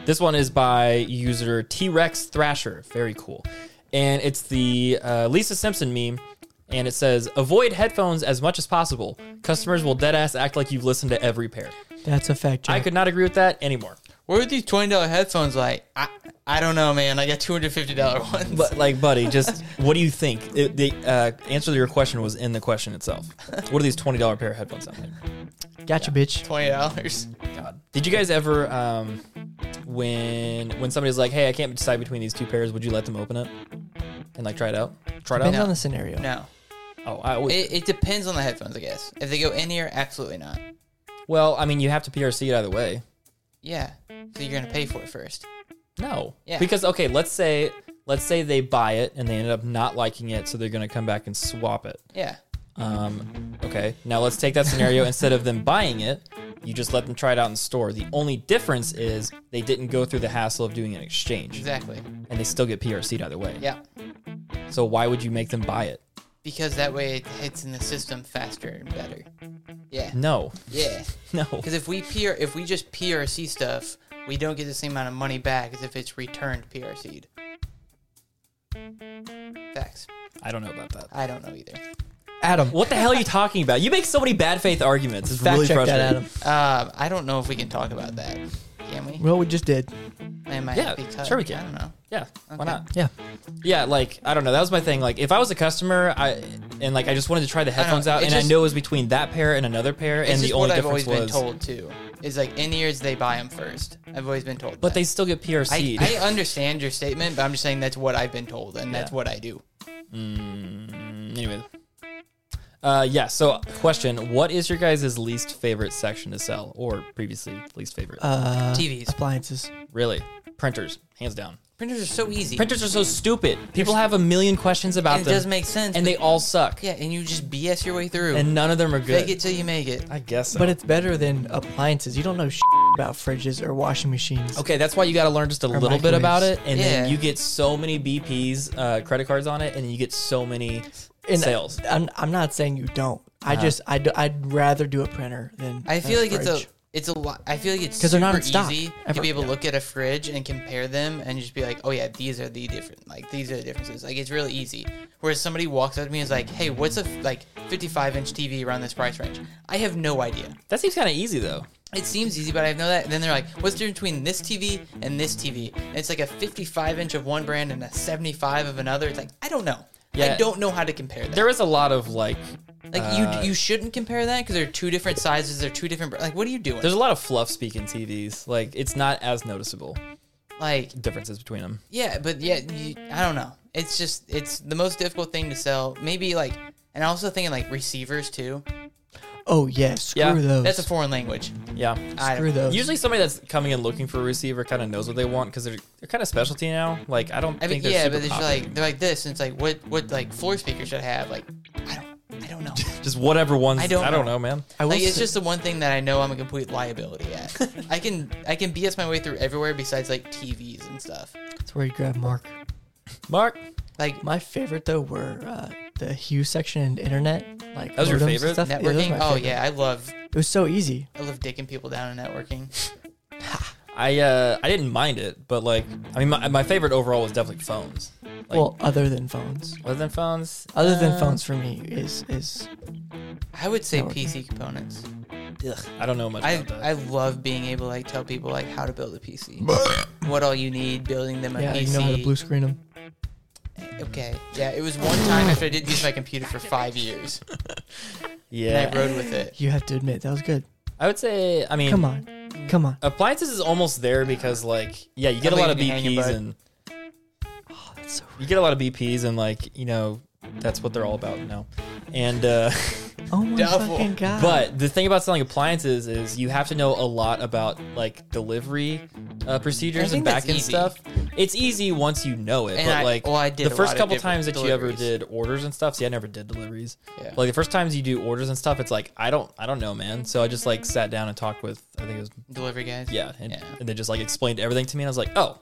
[SPEAKER 1] This one is by user T Rex Thrasher. Very cool. and it's the uh, Lisa Simpson meme, and it says avoid headphones as much as possible. Customers will deadass act like you've listened to every pair.
[SPEAKER 2] That's a fact check.
[SPEAKER 1] I could not agree with that anymore.
[SPEAKER 3] What are these twenty dollar headphones like? I I don't know, man. I got two hundred fifty dollar ones.
[SPEAKER 1] But like, buddy, just *laughs* what do you think? It, the uh, answer to your question was in the question itself. What do these twenty dollar pair of headphones sound like?
[SPEAKER 2] gotcha, bitch.
[SPEAKER 3] *laughs* twenty dollars.
[SPEAKER 1] God. Did you guys ever, um, when when somebody's like, "Hey, I can't decide between these two pairs," would you let them open it and like try it out? Try it out.
[SPEAKER 2] Depends on the scenario.
[SPEAKER 3] No,
[SPEAKER 1] Oh, I always,
[SPEAKER 3] it, it depends on the headphones, I guess. If they go in ear, absolutely not.
[SPEAKER 1] well, I mean, you have to PRC it either way.
[SPEAKER 3] Yeah, so you're gonna pay for it first.
[SPEAKER 1] No,
[SPEAKER 3] Yeah.
[SPEAKER 1] because okay, let's say let's say they buy it and they ended up not liking it, so they're gonna come back and swap it.
[SPEAKER 3] Yeah,
[SPEAKER 1] Um, okay, now let's take that scenario.
[SPEAKER 3] *laughs*
[SPEAKER 1] Instead of them buying it, you just let them try it out in store. The only difference is they didn't go through the hassle of doing an exchange,
[SPEAKER 3] exactly.
[SPEAKER 1] and they still get PRC'd either way.
[SPEAKER 3] Yeah,
[SPEAKER 1] So why would you make them buy it?
[SPEAKER 3] because that way it hits in the system faster and better. Yeah,
[SPEAKER 1] No, *laughs*
[SPEAKER 3] yeah.
[SPEAKER 1] no.
[SPEAKER 3] Because if we PR, if we just PRC stuff, we don't get the same amount of money back as if it's returned PRC'd. Facts.
[SPEAKER 1] I don't know about that.
[SPEAKER 3] I don't know either.
[SPEAKER 2] Adam,
[SPEAKER 1] What the hell are you talking about? You make so many bad faith arguments. It's
[SPEAKER 2] fact
[SPEAKER 1] really
[SPEAKER 2] check that,
[SPEAKER 1] frustrating.
[SPEAKER 2] Adam.
[SPEAKER 3] Um, I don't know if we can talk about that. Can we?
[SPEAKER 2] Well, we just did.
[SPEAKER 3] Am I
[SPEAKER 1] Yeah,
[SPEAKER 3] happy cut?
[SPEAKER 1] sure we
[SPEAKER 3] I
[SPEAKER 1] can.
[SPEAKER 3] don't know.
[SPEAKER 1] Yeah, why not?
[SPEAKER 2] Yeah.
[SPEAKER 1] Yeah, like I don't know. That was my thing. Like if I was a customer, I and like I just wanted to try the headphones out,
[SPEAKER 3] it
[SPEAKER 1] and I
[SPEAKER 3] just-
[SPEAKER 1] know it was between that pair and another pair,
[SPEAKER 3] It's
[SPEAKER 1] and
[SPEAKER 3] just
[SPEAKER 1] the only
[SPEAKER 3] what I've
[SPEAKER 1] difference
[SPEAKER 3] always
[SPEAKER 1] was.
[SPEAKER 3] been told too. Is like in ears they buy them first. I've always been told.
[SPEAKER 1] But they
[SPEAKER 3] that.
[SPEAKER 1] still get
[SPEAKER 3] I,
[SPEAKER 1] PRC'd.
[SPEAKER 3] I understand your statement, but I'm just saying that's what I've been told, and that's
[SPEAKER 1] Yeah.
[SPEAKER 3] what I do.
[SPEAKER 1] anyway. Uh, yeah. So, question: What is your guys' least favorite section to sell, or previously least favorite?
[SPEAKER 3] Uh. TVs,
[SPEAKER 2] Uh, Appliances.
[SPEAKER 1] really, printers, hands down.
[SPEAKER 3] printers are so easy.
[SPEAKER 1] Printers are so stupid. People have a million questions about
[SPEAKER 3] and it
[SPEAKER 1] them,
[SPEAKER 3] does make sense.
[SPEAKER 1] and
[SPEAKER 3] but-
[SPEAKER 1] they all suck.
[SPEAKER 3] yeah, and you just BS your way through.
[SPEAKER 1] And none of them are good.
[SPEAKER 3] Fake it till you make it.
[SPEAKER 1] I guess so.
[SPEAKER 2] But it's better than appliances. You don't know shit about fridges or washing machines.
[SPEAKER 1] Okay, that's why you got to learn just a little bit
[SPEAKER 2] microwaves.
[SPEAKER 1] about it, and
[SPEAKER 3] Yeah.
[SPEAKER 1] then you get so many BP's uh, credit cards on it, and you get so many
[SPEAKER 2] And
[SPEAKER 1] sales. Uh-huh.
[SPEAKER 2] I'm, I'm not saying you don't. I just I do, I'd rather do a printer than
[SPEAKER 3] I feel like it's a
[SPEAKER 2] fridge.
[SPEAKER 3] it's a lot. I feel like it's
[SPEAKER 2] 'Cause they're not
[SPEAKER 3] super
[SPEAKER 2] in stock
[SPEAKER 3] easy
[SPEAKER 2] ever.
[SPEAKER 3] to be able to look at a fridge and compare them and just be like, oh yeah, these are the different like these are the differences. Like it's really easy. Whereas somebody walks up to me and is like, hey, what's a f- like 55 inch TV around this price range? I have no idea.
[SPEAKER 1] That seems kind of easy though.
[SPEAKER 3] It seems easy, but I have no that. And then they're like, what's the difference between this TV and this TV? And it's like a 55 inch of one brand and a 75 of another. It's like I don't know. I
[SPEAKER 1] Yeah.
[SPEAKER 3] don't know how to compare that.
[SPEAKER 1] There is a lot of like,
[SPEAKER 3] like
[SPEAKER 1] uh,
[SPEAKER 3] you, you shouldn't compare that because they're two different sizes. They're two different. br- Like what are you doing?
[SPEAKER 1] there's a lot of fluff speaking TVs. Like it's not as noticeable
[SPEAKER 3] like
[SPEAKER 1] differences between them.
[SPEAKER 3] Yeah, but yeah, you, I don't know. It's just it's the most difficult thing to sell. Maybe like, and I'm also thinking like receivers too.
[SPEAKER 2] oh yeah, screw
[SPEAKER 1] Yeah,
[SPEAKER 2] those.
[SPEAKER 3] That's a foreign language.
[SPEAKER 1] Yeah.
[SPEAKER 3] I,
[SPEAKER 2] screw those.
[SPEAKER 1] Usually, somebody that's coming in looking for a receiver kind of knows what they want because they're they're kind of specialty now. Like I don't
[SPEAKER 3] I mean,
[SPEAKER 1] think they're
[SPEAKER 3] yeah,
[SPEAKER 1] super
[SPEAKER 3] but it's
[SPEAKER 1] popular
[SPEAKER 3] like
[SPEAKER 1] anymore.
[SPEAKER 3] they're like this, and it's like what what like floor speaker should I have? Like I don't I
[SPEAKER 2] *laughs*
[SPEAKER 3] don't know.
[SPEAKER 1] just whatever ones.
[SPEAKER 3] I
[SPEAKER 1] I
[SPEAKER 3] don't
[SPEAKER 1] don't,
[SPEAKER 3] know.
[SPEAKER 1] know, man.
[SPEAKER 2] I will
[SPEAKER 3] like it's
[SPEAKER 2] say-
[SPEAKER 3] just the one thing that I know I'm a complete liability
[SPEAKER 2] *laughs*
[SPEAKER 3] at. I can I can BS my way through everywhere besides like TVs and stuff.
[SPEAKER 2] That's where you grab Mark.
[SPEAKER 1] Mark,
[SPEAKER 3] Like
[SPEAKER 2] My favorite though were uh, the Hue section and internet. Like
[SPEAKER 1] That was your
[SPEAKER 2] modems and
[SPEAKER 1] favorite?
[SPEAKER 2] stuff. Yeah, that was
[SPEAKER 3] networking.
[SPEAKER 2] my
[SPEAKER 3] oh
[SPEAKER 2] favorite.
[SPEAKER 3] yeah, I love
[SPEAKER 2] it was so easy.
[SPEAKER 3] I love dicking people down in networking.
[SPEAKER 1] I uh I didn't mind it, but like I mean, my, my favorite overall was definitely phones. Like,
[SPEAKER 2] well, other than phones,
[SPEAKER 1] other than phones,
[SPEAKER 2] other
[SPEAKER 3] Uh,
[SPEAKER 2] than phones for me is is
[SPEAKER 3] I would say
[SPEAKER 2] Networking.
[SPEAKER 3] PC components.
[SPEAKER 1] I don't know much
[SPEAKER 3] I,
[SPEAKER 1] about that.
[SPEAKER 3] I love being able to like tell people like how to build a
[SPEAKER 1] *laughs*
[SPEAKER 3] PC, what all you need, building them a
[SPEAKER 2] yeah.
[SPEAKER 3] PC.
[SPEAKER 2] You know how to blue screen them.
[SPEAKER 3] okay, yeah. It was one time after I didn't use my computer for five years, and I
[SPEAKER 1] yeah,
[SPEAKER 3] rode with it.
[SPEAKER 2] You have to admit that was good.
[SPEAKER 1] I would say. I mean,
[SPEAKER 2] Come on, come on.
[SPEAKER 1] appliances is almost there because like yeah, you get a
[SPEAKER 3] Something
[SPEAKER 1] lot
[SPEAKER 3] you
[SPEAKER 1] of BPs
[SPEAKER 3] can hang Oh, your butt.
[SPEAKER 1] and
[SPEAKER 2] That's so
[SPEAKER 1] you get a lot of BPs and like you know that's what they're all about now. And uh, *laughs*
[SPEAKER 2] Oh my
[SPEAKER 3] Doubtful.
[SPEAKER 2] fucking god!
[SPEAKER 1] but the thing about selling appliances is you have to know a lot about like delivery uh, procedures
[SPEAKER 3] think
[SPEAKER 1] and
[SPEAKER 3] that's
[SPEAKER 1] back end
[SPEAKER 3] easy.
[SPEAKER 1] stuff. It's easy once you know it,
[SPEAKER 3] And
[SPEAKER 1] but
[SPEAKER 3] I-
[SPEAKER 1] like
[SPEAKER 3] well, I did a
[SPEAKER 1] the
[SPEAKER 3] lot
[SPEAKER 1] first
[SPEAKER 3] of
[SPEAKER 1] couple
[SPEAKER 3] different
[SPEAKER 1] times that you ever
[SPEAKER 3] deliveries.
[SPEAKER 1] did orders and stuff. See, I never did deliveries.
[SPEAKER 3] Yeah.
[SPEAKER 1] Like the first times you do orders and stuff, it's like I don't, I don't know, man. So I just like sat down and talked with, I think it was
[SPEAKER 3] Delivery guys.
[SPEAKER 1] Yeah, and,
[SPEAKER 3] yeah.
[SPEAKER 1] and they just like explained everything to me, and I was like, oh,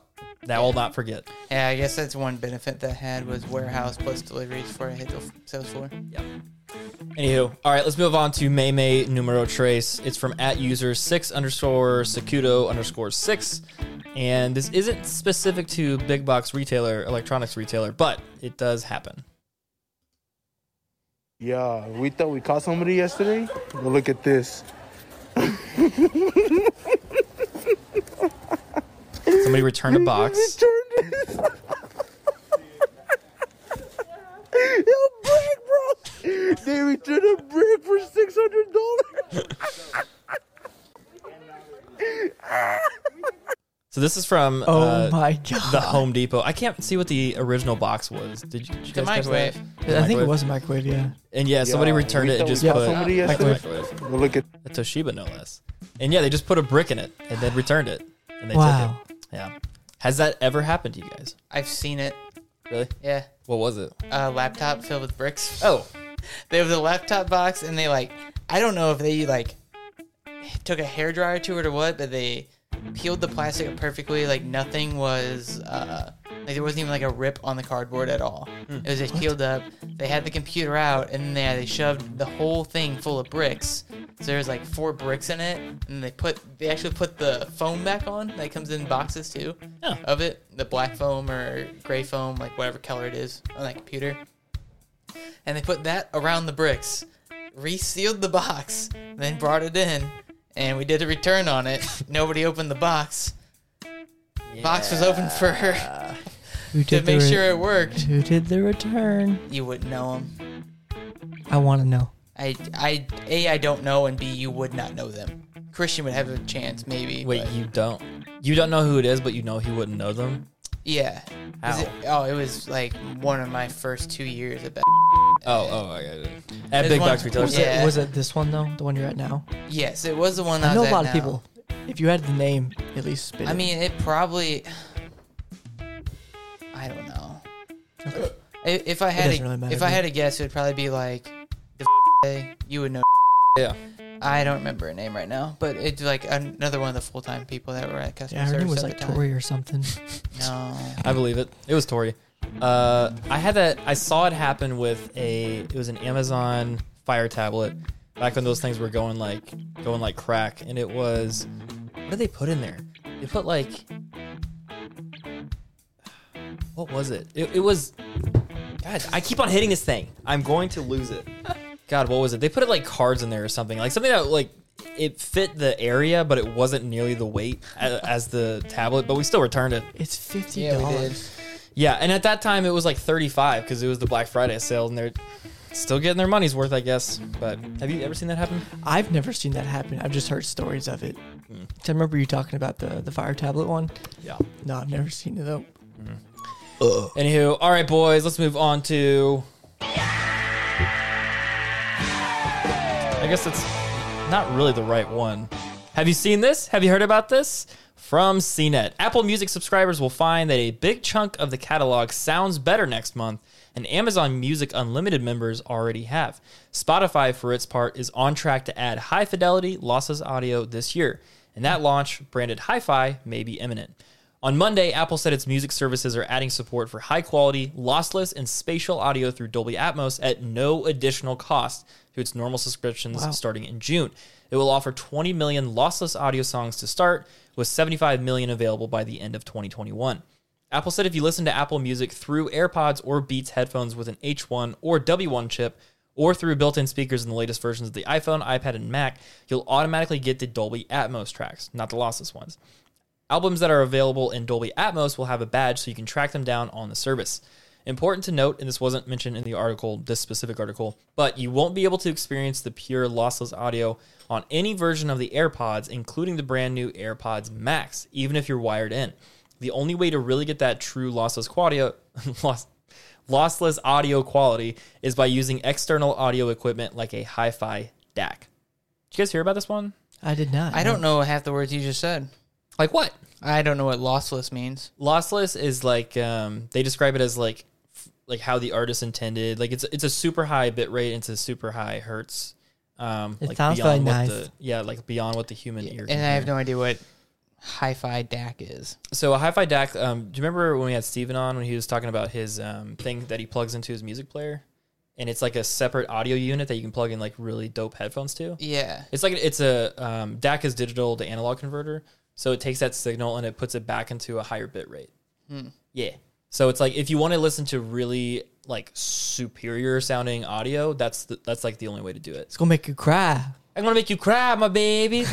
[SPEAKER 1] now I'll not forget.
[SPEAKER 3] Yeah, I guess that's one benefit that I had was warehouse plus deliveries before I hit the f- sales floor.
[SPEAKER 1] Anywho, all right, let's move on to May May numero trace. It's from at user six underscore secudo underscore six. And this isn't specific to big box retailer, electronics retailer, but it does happen.
[SPEAKER 7] Yeah, we thought we caught somebody yesterday. Well, look at this.
[SPEAKER 1] Somebody returned a box.
[SPEAKER 7] Turned this. *laughs* Yo, brick, bro. They returned a brick for six hundred dollars.
[SPEAKER 1] So this is from
[SPEAKER 2] Oh
[SPEAKER 1] uh,
[SPEAKER 2] my god!
[SPEAKER 1] the Home Depot. I can't see what the original box was. Did you, did you
[SPEAKER 3] The
[SPEAKER 1] guys catch that?
[SPEAKER 3] microwave.
[SPEAKER 2] I think it
[SPEAKER 1] microwave.
[SPEAKER 2] was a microwave. Yeah.
[SPEAKER 1] And yeah, somebody
[SPEAKER 7] Yeah,
[SPEAKER 1] returned
[SPEAKER 7] we
[SPEAKER 1] it
[SPEAKER 7] thought
[SPEAKER 1] and
[SPEAKER 7] we
[SPEAKER 1] just
[SPEAKER 7] caught
[SPEAKER 1] put
[SPEAKER 7] somebody
[SPEAKER 1] Like the
[SPEAKER 7] yesterday.
[SPEAKER 1] microwave.
[SPEAKER 7] Well, look at
[SPEAKER 1] a Toshiba no less. And yeah, they just put a brick in it and then returned it and they
[SPEAKER 2] Wow.
[SPEAKER 1] took it. Yeah. Has that ever happened to you guys?
[SPEAKER 3] I've seen it.
[SPEAKER 1] Really?
[SPEAKER 3] Yeah.
[SPEAKER 1] What was it?
[SPEAKER 3] A laptop filled with bricks.
[SPEAKER 1] Oh,
[SPEAKER 3] *laughs* They have the laptop box, and they like, I don't know if they like took a hairdryer to it or what, but they peeled the plastic up perfectly. Like nothing was, uh, like there wasn't even like a rip on the cardboard at all. It was just peeled up. They had the computer out, and then they, they shoved the whole thing full of bricks. So there was like four bricks in it, and they put they actually put the foam back on that comes in boxes too
[SPEAKER 1] Yeah.
[SPEAKER 3] of it, the black foam or gray foam, like whatever color it is on that computer and they put that around the bricks, resealed the box, then brought it in, and we did a return on it. *laughs* Nobody opened the box. Box was open for her
[SPEAKER 2] Who
[SPEAKER 3] to
[SPEAKER 2] the
[SPEAKER 3] make
[SPEAKER 2] re-
[SPEAKER 3] sure it worked.
[SPEAKER 2] Who did the return?
[SPEAKER 3] You wouldn't know them.
[SPEAKER 2] I want to know.
[SPEAKER 3] I, I, A, I don't know, and B, you would not know them. Christian would have a chance, maybe.
[SPEAKER 1] wait,
[SPEAKER 3] but-
[SPEAKER 1] you don't. You don't know who it is, but you know he wouldn't know them?
[SPEAKER 3] yeah. 'Cause
[SPEAKER 1] How?
[SPEAKER 3] it- oh, it was like one of my first two years at Best.
[SPEAKER 1] Oh, oh, I got it. At
[SPEAKER 3] There's
[SPEAKER 1] Big
[SPEAKER 3] one-
[SPEAKER 1] Box Retailer.
[SPEAKER 3] Yeah.
[SPEAKER 2] Was it this one though? The one you're at now?
[SPEAKER 3] Yes, it was the one I,
[SPEAKER 2] I
[SPEAKER 3] was
[SPEAKER 2] know a
[SPEAKER 3] at
[SPEAKER 2] lot of
[SPEAKER 3] now.
[SPEAKER 2] people. If you had the name, at least spit
[SPEAKER 3] I
[SPEAKER 2] it.
[SPEAKER 3] mean, it probably. I don't know. I- If I had
[SPEAKER 2] doesn't
[SPEAKER 3] a,
[SPEAKER 2] really matter,
[SPEAKER 3] if I
[SPEAKER 2] dude.
[SPEAKER 3] had a guess, it would probably be like the *laughs* day. You would know.
[SPEAKER 1] Yeah.
[SPEAKER 3] I don't remember her name right now, but it's like another one of the full time people that were at customer
[SPEAKER 2] yeah, her
[SPEAKER 3] service.
[SPEAKER 2] name was
[SPEAKER 3] at
[SPEAKER 2] like
[SPEAKER 3] the time.
[SPEAKER 2] Tori or something. *laughs*
[SPEAKER 3] No,
[SPEAKER 1] I believe it. It was Tori. Uh, I had that. I saw it happen with a. It was an Amazon Fire tablet back when those things were going like going like crack, and it was. What did they put in there? They put like. What was it? It, it was. God, I keep on hitting this thing. I'm going to lose it. *laughs* God, what was it? They put it like cards in there or something, like something that like it fit the area, but it wasn't nearly the weight as, as the tablet. But we still returned it.
[SPEAKER 2] It's fifty
[SPEAKER 3] yeah, we did.
[SPEAKER 2] dollars.
[SPEAKER 1] Yeah, and at that time it was like 35 because it was the Black Friday sale, and they're still getting their money's worth, I guess. But have you ever seen that happen?
[SPEAKER 2] I've never seen that happen. I've just heard stories of it.
[SPEAKER 3] Hmm.
[SPEAKER 2] I remember you talking about the the fire tablet one.
[SPEAKER 1] Yeah.
[SPEAKER 2] No, I've never seen it though.
[SPEAKER 1] Anywho, all right, boys, let's move on to. I guess it's not really the right one. Have you seen this? Have you heard about this? From CNET. Apple Music subscribers will find that a big chunk of the catalog sounds better next month, and Amazon Music Unlimited members already have. Spotify, for its part, is on track to add high fidelity, lossless audio this year, and that launch, branded Hi Fi, may be imminent. On Monday, Apple said its music services are adding support for high quality, lossless, and spatial audio through Dolby Atmos at no additional cost to its normal subscriptions starting in June. It will offer 20 million lossless audio songs to start, with 75 million available by the end of 2021. Apple said if you listen to Apple Music through AirPods or Beats headphones with an H1 or W1 chip, or through built in speakers in the latest versions of the iPhone, iPad, and Mac, you'll automatically get the Dolby Atmos tracks, not the lossless ones. Albums that are available in Dolby Atmos will have a badge so you can track them down on the service. Important to note, and this wasn't mentioned in the article, this specific article, but you won't be able to experience the pure lossless audio on any version of the AirPods, including the brand new AirPods Max, even if you're wired in. The only way to really get that true lossless quality, *laughs* loss, lossless audio quality is by using external audio equipment like a hi-fi DAC. Did you guys hear about this one?
[SPEAKER 2] I did not.
[SPEAKER 3] I don't know half the words you just said.
[SPEAKER 1] Like what?
[SPEAKER 3] I don't know what lossless means.
[SPEAKER 1] lossless is like um, they describe it as like f- like how the artist intended. Like it's it's a super high bit rate. It's a super high hertz. Um,
[SPEAKER 2] It
[SPEAKER 1] like
[SPEAKER 2] sounds
[SPEAKER 1] beyond
[SPEAKER 2] really
[SPEAKER 1] what
[SPEAKER 2] nice.
[SPEAKER 1] The, yeah, like beyond what the human ear.
[SPEAKER 3] And
[SPEAKER 1] can
[SPEAKER 3] I have
[SPEAKER 1] hear.
[SPEAKER 3] no idea what hi-fi DAC is.
[SPEAKER 1] so a hi-fi DAC. Um, do you remember when we had Steven on when he was talking about his um, thing that he plugs into his music player, and it's like a separate audio unit that you can plug in like really dope headphones to.
[SPEAKER 3] Yeah.
[SPEAKER 1] It's like it's a um, DAC is digital to analog converter, So it takes that signal and it puts it back into a higher bit rate. Yeah. So it's like if you want to listen to really like superior sounding audio, that's the, that's like the only way to do it.
[SPEAKER 2] It's gonna make you cry.
[SPEAKER 1] I'm gonna make you cry, my baby.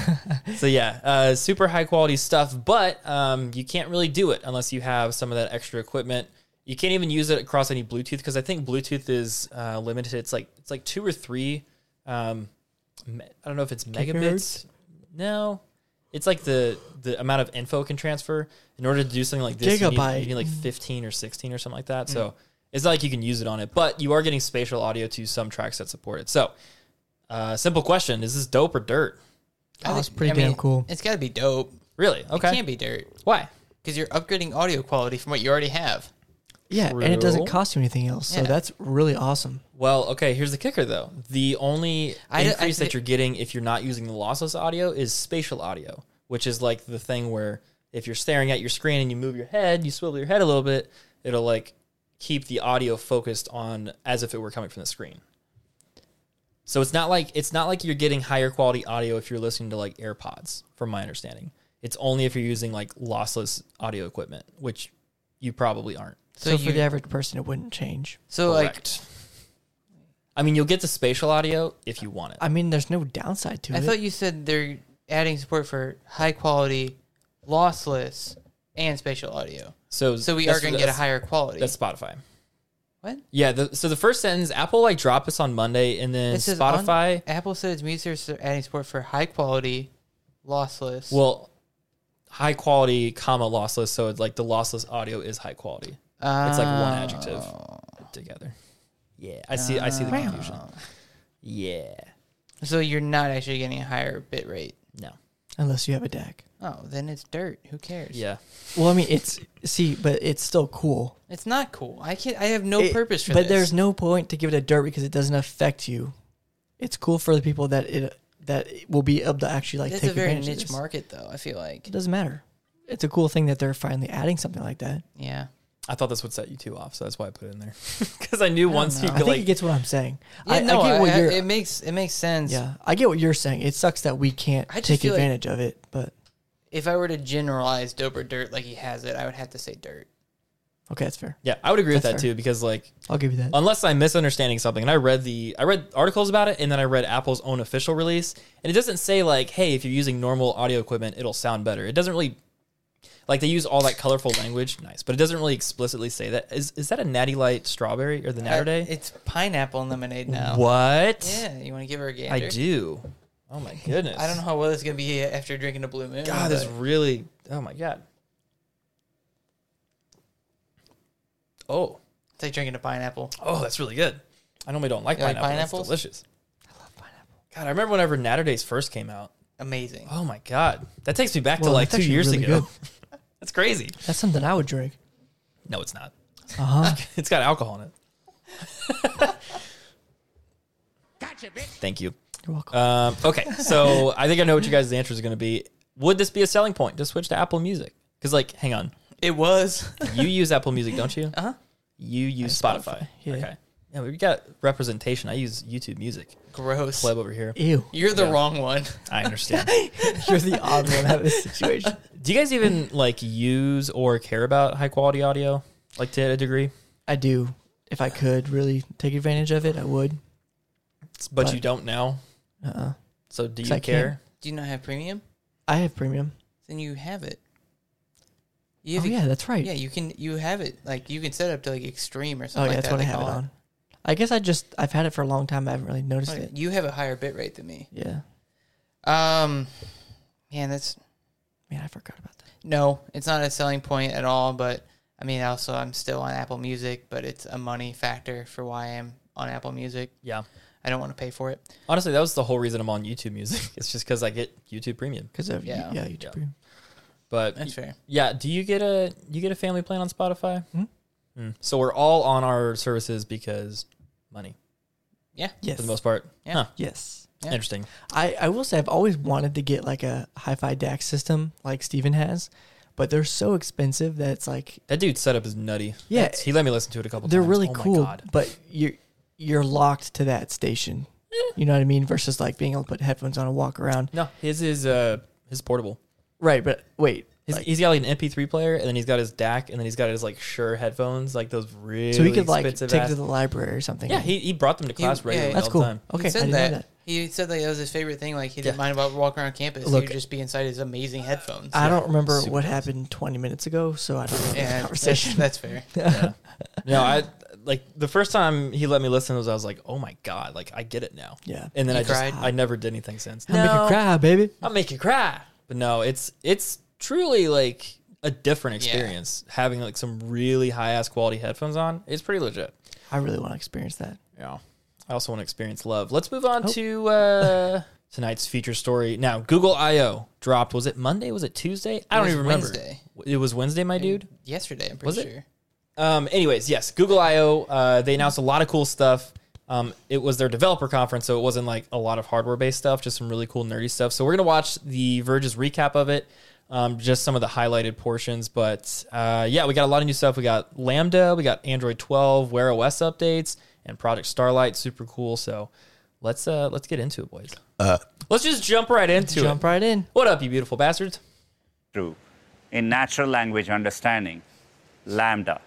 [SPEAKER 1] so yeah, uh, super high quality stuff, but um, you can't really do it unless you have some of that extra equipment. You can't even use it across any Bluetooth because I think Bluetooth is uh, limited. It's like it's like two or three. Um, me- I don't know if it's megabits.
[SPEAKER 2] Gigahertz?
[SPEAKER 1] No, it's like the the amount of info it can transfer. In order to do something like this, you need-
[SPEAKER 2] Gigabyte.
[SPEAKER 1] you need like 15 or 16 or something like that. So it's not like you can use it on it, but you are getting spatial audio to some tracks that support it. So, uh, simple question: Is this dope or dirt?
[SPEAKER 2] Oh,
[SPEAKER 3] I
[SPEAKER 2] it's
[SPEAKER 3] think-
[SPEAKER 2] pretty
[SPEAKER 3] I
[SPEAKER 2] damn
[SPEAKER 3] mean,
[SPEAKER 2] cool.
[SPEAKER 3] It's got to be dope.
[SPEAKER 1] Really? Okay.
[SPEAKER 3] It can't be dirt
[SPEAKER 1] Why?
[SPEAKER 3] because you're upgrading audio quality from what you already have.
[SPEAKER 2] Yeah, and it doesn't
[SPEAKER 1] True.
[SPEAKER 2] cost you anything else, so
[SPEAKER 3] Yeah.
[SPEAKER 2] that's really awesome.
[SPEAKER 1] Well, okay. Here's the kicker, though: the only
[SPEAKER 3] I d- I
[SPEAKER 1] increase
[SPEAKER 3] thi-
[SPEAKER 1] that you're getting if you're not using the lossless audio is spatial audio, which is like the thing where if you're staring at your screen and you move your head, you swivel your head a little bit, it'll like keep the audio focused on as if it were coming from the screen. So it's not like it's not like you're getting higher quality audio if you're listening to like AirPods, from my understanding. It's only if you're using like lossless audio equipment, which you probably aren't.
[SPEAKER 2] So,
[SPEAKER 3] So
[SPEAKER 2] for
[SPEAKER 3] you-
[SPEAKER 2] the average person, it wouldn't change.
[SPEAKER 3] So
[SPEAKER 1] Correct. I mean, you'll get the spatial audio if you want it.
[SPEAKER 2] I mean, there's no downside to
[SPEAKER 3] like, I
[SPEAKER 2] it.
[SPEAKER 3] thought you said they're adding support for high quality, lossless, and spatial audio.
[SPEAKER 1] So,
[SPEAKER 3] So we
[SPEAKER 1] that's-
[SPEAKER 3] are going to get a
[SPEAKER 1] that's-
[SPEAKER 3] higher quality.
[SPEAKER 1] That's Spotify.
[SPEAKER 3] what?
[SPEAKER 1] Yeah. The, so the first sentence, Apple like dropped this on Monday, and then
[SPEAKER 3] It says on-
[SPEAKER 1] Spotify.
[SPEAKER 3] Apple said its music services are adding support for high quality, lossless.
[SPEAKER 1] well, high quality, comma lossless. So it's like the lossless audio is high quality. it's like one adjective together. Yeah, I see. I see the confusion. Yeah.
[SPEAKER 3] Uh, so you're not actually getting a higher bit rate.
[SPEAKER 1] No.
[SPEAKER 2] unless you have a DAC.
[SPEAKER 3] Oh, then it's dirt. Who cares?
[SPEAKER 1] Yeah.
[SPEAKER 2] Well, I mean, it's see, but it's still cool.
[SPEAKER 3] It's not cool. I can not I have no
[SPEAKER 2] It-
[SPEAKER 3] purpose for
[SPEAKER 2] but
[SPEAKER 3] this.
[SPEAKER 2] there's no point to give it a dirt because it doesn't affect you. It's cool for the people that it that it will be able to actually like
[SPEAKER 3] That's
[SPEAKER 2] take
[SPEAKER 3] a very
[SPEAKER 2] advantage of
[SPEAKER 3] niche
[SPEAKER 2] this.
[SPEAKER 3] market, though. I feel like.
[SPEAKER 2] It doesn't matter. It's a cool thing that they're finally adding something like that.
[SPEAKER 3] Yeah.
[SPEAKER 1] I thought this would set you two off, so that's why I put it in there. *laughs* Because I knew once you
[SPEAKER 2] I
[SPEAKER 1] could
[SPEAKER 2] think
[SPEAKER 1] like
[SPEAKER 2] it gets what I'm saying.
[SPEAKER 3] Yeah,
[SPEAKER 2] I,
[SPEAKER 3] no,
[SPEAKER 2] I get what
[SPEAKER 3] I-
[SPEAKER 2] you're.
[SPEAKER 3] it makes it makes sense.
[SPEAKER 2] yeah, I get what you're saying. It sucks that we can't
[SPEAKER 3] I just
[SPEAKER 2] take
[SPEAKER 3] feel like-
[SPEAKER 2] advantage of it, but
[SPEAKER 3] If I were to generalize dope or dirt like he has it, I would have to say dirt.
[SPEAKER 2] okay, that's fair.
[SPEAKER 1] Yeah, I would agree with that
[SPEAKER 2] That's fair.
[SPEAKER 1] too because like
[SPEAKER 2] I'll give you that.
[SPEAKER 3] Um,
[SPEAKER 1] unless I'm misunderstanding something and I read the I read articles about it and then I read Apple's own official release and it doesn't say like hey if you're using normal audio equipment it'll sound better. It doesn't really like they use all that colorful language, nice, but it doesn't really explicitly say that. Is is that a Natty Light strawberry or the
[SPEAKER 3] Uh,
[SPEAKER 1] Natterday?
[SPEAKER 3] It's pineapple and lemonade now.
[SPEAKER 1] What?
[SPEAKER 3] Yeah, you want to give her a gander?
[SPEAKER 1] I do. Oh my goodness.
[SPEAKER 3] I don't know how well it's gonna be after drinking a blue moon.
[SPEAKER 1] God, this
[SPEAKER 3] but-
[SPEAKER 1] really. Oh my god. Oh,
[SPEAKER 3] it's like drinking a pineapple.
[SPEAKER 1] oh, that's really good. I normally don't like
[SPEAKER 3] You like
[SPEAKER 1] pineapple. It's
[SPEAKER 3] pineapples?
[SPEAKER 1] delicious. I love pineapple. God, I remember whenever Natterdays first came out.
[SPEAKER 3] Amazing.
[SPEAKER 1] Oh my god, that takes me back
[SPEAKER 2] Well,
[SPEAKER 1] to like
[SPEAKER 2] that's
[SPEAKER 1] two
[SPEAKER 2] actually
[SPEAKER 1] years
[SPEAKER 2] really
[SPEAKER 1] ago.
[SPEAKER 2] good.
[SPEAKER 1] *laughs* that's crazy.
[SPEAKER 2] That's something I would drink.
[SPEAKER 1] No, it's not. *laughs*
[SPEAKER 2] Uh
[SPEAKER 3] uh-huh.
[SPEAKER 2] huh.
[SPEAKER 1] It's got alcohol in it. Thank you.
[SPEAKER 2] *laughs* You're welcome.
[SPEAKER 1] Um, okay, so I think I know what you guys' answer is going to be. Would this be a selling point to switch to Apple Music? Because, like, hang on,
[SPEAKER 3] It was.
[SPEAKER 1] you use Apple Music, don't you? Uh
[SPEAKER 3] Uh-huh.
[SPEAKER 1] You use Spotify.
[SPEAKER 2] yeah.
[SPEAKER 1] Okay. Yeah, we got representation. I use YouTube Music.
[SPEAKER 3] *laughs* Gross.
[SPEAKER 1] Pleb over here.
[SPEAKER 2] Ew,
[SPEAKER 3] You're the wrong one.
[SPEAKER 1] I understand.
[SPEAKER 2] *laughs* you're the odd one out of this situation.
[SPEAKER 1] Do you guys even like use or care about high quality audio, like to a degree?
[SPEAKER 2] I do. If I could really take advantage of it, I would.
[SPEAKER 1] But,
[SPEAKER 2] But-
[SPEAKER 1] you don't now.
[SPEAKER 2] Uh-uh.
[SPEAKER 1] So do
[SPEAKER 2] 'Cause
[SPEAKER 1] you
[SPEAKER 2] I
[SPEAKER 1] care?
[SPEAKER 3] Do you not have premium?
[SPEAKER 2] I have premium.
[SPEAKER 3] Then you have it. You
[SPEAKER 2] Oh
[SPEAKER 3] have it-
[SPEAKER 2] yeah, that's right.
[SPEAKER 3] Yeah, you can you have it like you can set it up to like extreme or
[SPEAKER 2] oh
[SPEAKER 3] something.
[SPEAKER 2] yeah,
[SPEAKER 3] like
[SPEAKER 2] that's
[SPEAKER 3] that,
[SPEAKER 2] what I
[SPEAKER 3] like,
[SPEAKER 2] have it
[SPEAKER 3] all-
[SPEAKER 2] on. I guess I just I've had it for a long time. I haven't really noticed
[SPEAKER 3] Okay,
[SPEAKER 2] it.
[SPEAKER 3] You have a higher bit rate than me.
[SPEAKER 2] Yeah.
[SPEAKER 3] Um, man, that's
[SPEAKER 2] Man, I forgot about that.
[SPEAKER 3] no, it's not a selling point at all. But I mean, also I'm still on Apple Music, but it's a money factor for why I'm on Apple Music.
[SPEAKER 1] Yeah.
[SPEAKER 3] I don't want to pay for it.
[SPEAKER 1] Honestly, that was the whole reason I'm on YouTube Music. *laughs* It's just because I get YouTube Premium.
[SPEAKER 2] Because of yeah,
[SPEAKER 3] Yeah.
[SPEAKER 2] yeah, YouTube
[SPEAKER 1] Yeah.
[SPEAKER 2] premium.
[SPEAKER 1] But
[SPEAKER 3] That's fair.
[SPEAKER 1] yeah, do you get a you get a family plan on Spotify? Hmm. So we're all on our services because money
[SPEAKER 3] Yeah,
[SPEAKER 2] Yes.
[SPEAKER 1] for the most part.
[SPEAKER 3] Yeah.
[SPEAKER 1] Huh.
[SPEAKER 2] yes.
[SPEAKER 3] Yeah.
[SPEAKER 1] Interesting.
[SPEAKER 2] I, I will say I've always wanted to get like a hi-fi DAC system like Steven has, but they're so expensive that it's like
[SPEAKER 1] That dude's setup is nutty.
[SPEAKER 2] Yeah.
[SPEAKER 1] That's- he let me listen to it a couple.
[SPEAKER 2] they're
[SPEAKER 1] times.
[SPEAKER 2] really
[SPEAKER 1] Oh my
[SPEAKER 2] cool,
[SPEAKER 1] God.
[SPEAKER 2] but you're you're locked to that station. You know what I mean? Versus like being able to put headphones on and walk around.
[SPEAKER 1] No, his is uh his portable.
[SPEAKER 2] Right, but wait.
[SPEAKER 1] He's, he's got like an MP3 player, and then he's got his DAC, and then he's got his like Sure headphones, like those really
[SPEAKER 2] so he could like
[SPEAKER 1] expensive
[SPEAKER 2] take it
[SPEAKER 1] ass-
[SPEAKER 2] to the library or something.
[SPEAKER 1] yeah, he, he brought them to class
[SPEAKER 3] yeah,
[SPEAKER 1] regularly
[SPEAKER 3] that's
[SPEAKER 1] all
[SPEAKER 2] that's cool.
[SPEAKER 1] the time.
[SPEAKER 2] Okay,
[SPEAKER 3] he
[SPEAKER 2] I
[SPEAKER 3] said
[SPEAKER 2] didn't
[SPEAKER 3] that.
[SPEAKER 2] know that.
[SPEAKER 3] He said like that was his favorite thing. Like he didn't
[SPEAKER 1] Yeah.
[SPEAKER 3] mind about walking around campus.
[SPEAKER 2] Look-
[SPEAKER 3] he would just be inside his amazing headphones.
[SPEAKER 2] I don't remember
[SPEAKER 1] super
[SPEAKER 2] what happened 20 minutes ago, so I don't remember
[SPEAKER 3] Yeah,
[SPEAKER 2] the
[SPEAKER 3] that's-
[SPEAKER 2] conversation. *laughs*
[SPEAKER 3] *laughs* That's, fair.
[SPEAKER 1] No, I like the first time he let me listen was I was like, oh my god, like I get it now.
[SPEAKER 2] Yeah.
[SPEAKER 1] and then
[SPEAKER 3] You
[SPEAKER 1] I just
[SPEAKER 3] cried?
[SPEAKER 1] I never did anything since.
[SPEAKER 2] I'll make you cry, baby.
[SPEAKER 1] I'll make you cry. But no, it's it's truly like a different
[SPEAKER 3] Yeah.
[SPEAKER 1] experience having like some really high ass quality headphones on. It's pretty legit.
[SPEAKER 2] I really want to experience that.
[SPEAKER 1] Yeah. I also want to experience love. Let's move on to uh, *laughs* tonight's feature story. Now, Google I/O dropped. Was it Monday? Was it Tuesday? I don't
[SPEAKER 3] was
[SPEAKER 1] even remember.
[SPEAKER 3] Wednesday.
[SPEAKER 1] It was Wednesday, my dude.
[SPEAKER 3] Yesterday, I'm pretty
[SPEAKER 1] Was it?
[SPEAKER 3] sure.
[SPEAKER 1] Um, anyways, yes, Google I/O. Uh, they announced a lot of cool stuff. Um, it was their developer conference, so it wasn't like a lot of hardware-based stuff, just some really cool nerdy stuff. So we're gonna watch the Verge's recap of it, um, just some of the highlighted portions. But uh, yeah, we got a lot of new stuff. We got Lambda, we got Android 12, Wear OS updates, and Project Starlight. Super cool. So let's uh, let's get into it, boys. let's just jump right into
[SPEAKER 2] Uh, Jump
[SPEAKER 1] it.
[SPEAKER 2] right in.
[SPEAKER 1] What up, you beautiful bastards?
[SPEAKER 4] true in natural language understanding, Lambda.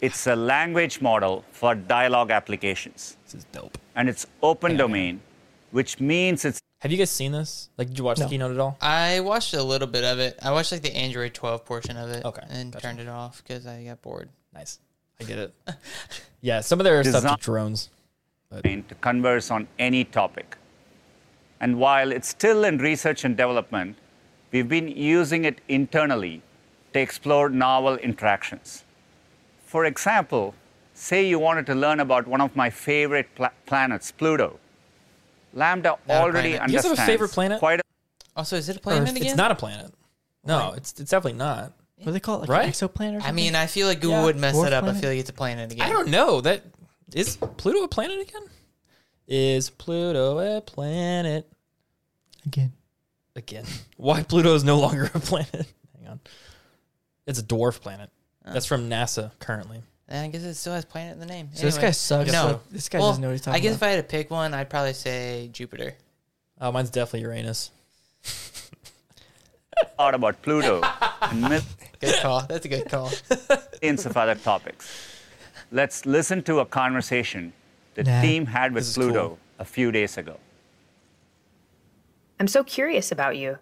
[SPEAKER 4] It's a language model for dialogue applications,
[SPEAKER 1] This is dope.
[SPEAKER 4] and it's open domain, which means it's
[SPEAKER 1] Have you guys seen this? Like, did you watch
[SPEAKER 2] No.
[SPEAKER 1] the keynote at all?
[SPEAKER 3] I watched a little bit of it. I watched like the Android 12 portion of it.
[SPEAKER 1] Okay,
[SPEAKER 3] And
[SPEAKER 1] gotcha.
[SPEAKER 3] turned it off because I got bored.
[SPEAKER 1] Nice. I get it. *laughs* yeah, some of their stuff
[SPEAKER 4] Design-
[SPEAKER 1] to drones.
[SPEAKER 4] designed to converse on any topic. And while it's still in research and development, we've been using it internally to explore novel interactions. For example, say you wanted to learn about one of my favorite pla- planets, Pluto. Lambda
[SPEAKER 3] Not a
[SPEAKER 4] already
[SPEAKER 3] planet.
[SPEAKER 1] You guys
[SPEAKER 4] understands
[SPEAKER 1] have a favorite planet?
[SPEAKER 4] quite a-
[SPEAKER 3] Also, is it a planet again?
[SPEAKER 1] It's not a planet. No, it's it's definitely not.
[SPEAKER 2] What do they call it? Like
[SPEAKER 1] Right?
[SPEAKER 2] an exoplanet or something?
[SPEAKER 3] I mean, I feel like Google
[SPEAKER 1] Yeah.
[SPEAKER 3] would mess
[SPEAKER 2] Dwarf
[SPEAKER 3] it up. I
[SPEAKER 2] planet?
[SPEAKER 3] feel like it's a planet again.
[SPEAKER 1] I don't know. That is Pluto a planet again? Is Pluto a planet
[SPEAKER 3] uh,
[SPEAKER 2] Again.
[SPEAKER 1] again? *laughs* Why Pluto is no longer a planet? Hang on. It's a dwarf planet.
[SPEAKER 3] Oh.
[SPEAKER 1] That's from NASA currently.
[SPEAKER 3] I guess it still has planet in the name.
[SPEAKER 2] So this guy sucks, so this guy doesn't know what he's talking
[SPEAKER 3] I guess
[SPEAKER 2] about.
[SPEAKER 3] if I had to pick one, I'd probably say *laughs* Jupiter.
[SPEAKER 1] Oh, mine's definitely Uranus.
[SPEAKER 4] thought about Pluto and millions
[SPEAKER 3] Good call. Oh, That's a good call.
[SPEAKER 4] of other topics. Let's listen to a conversation the
[SPEAKER 2] Nah,
[SPEAKER 4] team had with
[SPEAKER 1] is
[SPEAKER 4] Pluto
[SPEAKER 1] cool.
[SPEAKER 4] a few days ago.
[SPEAKER 8] I'm so curious about you.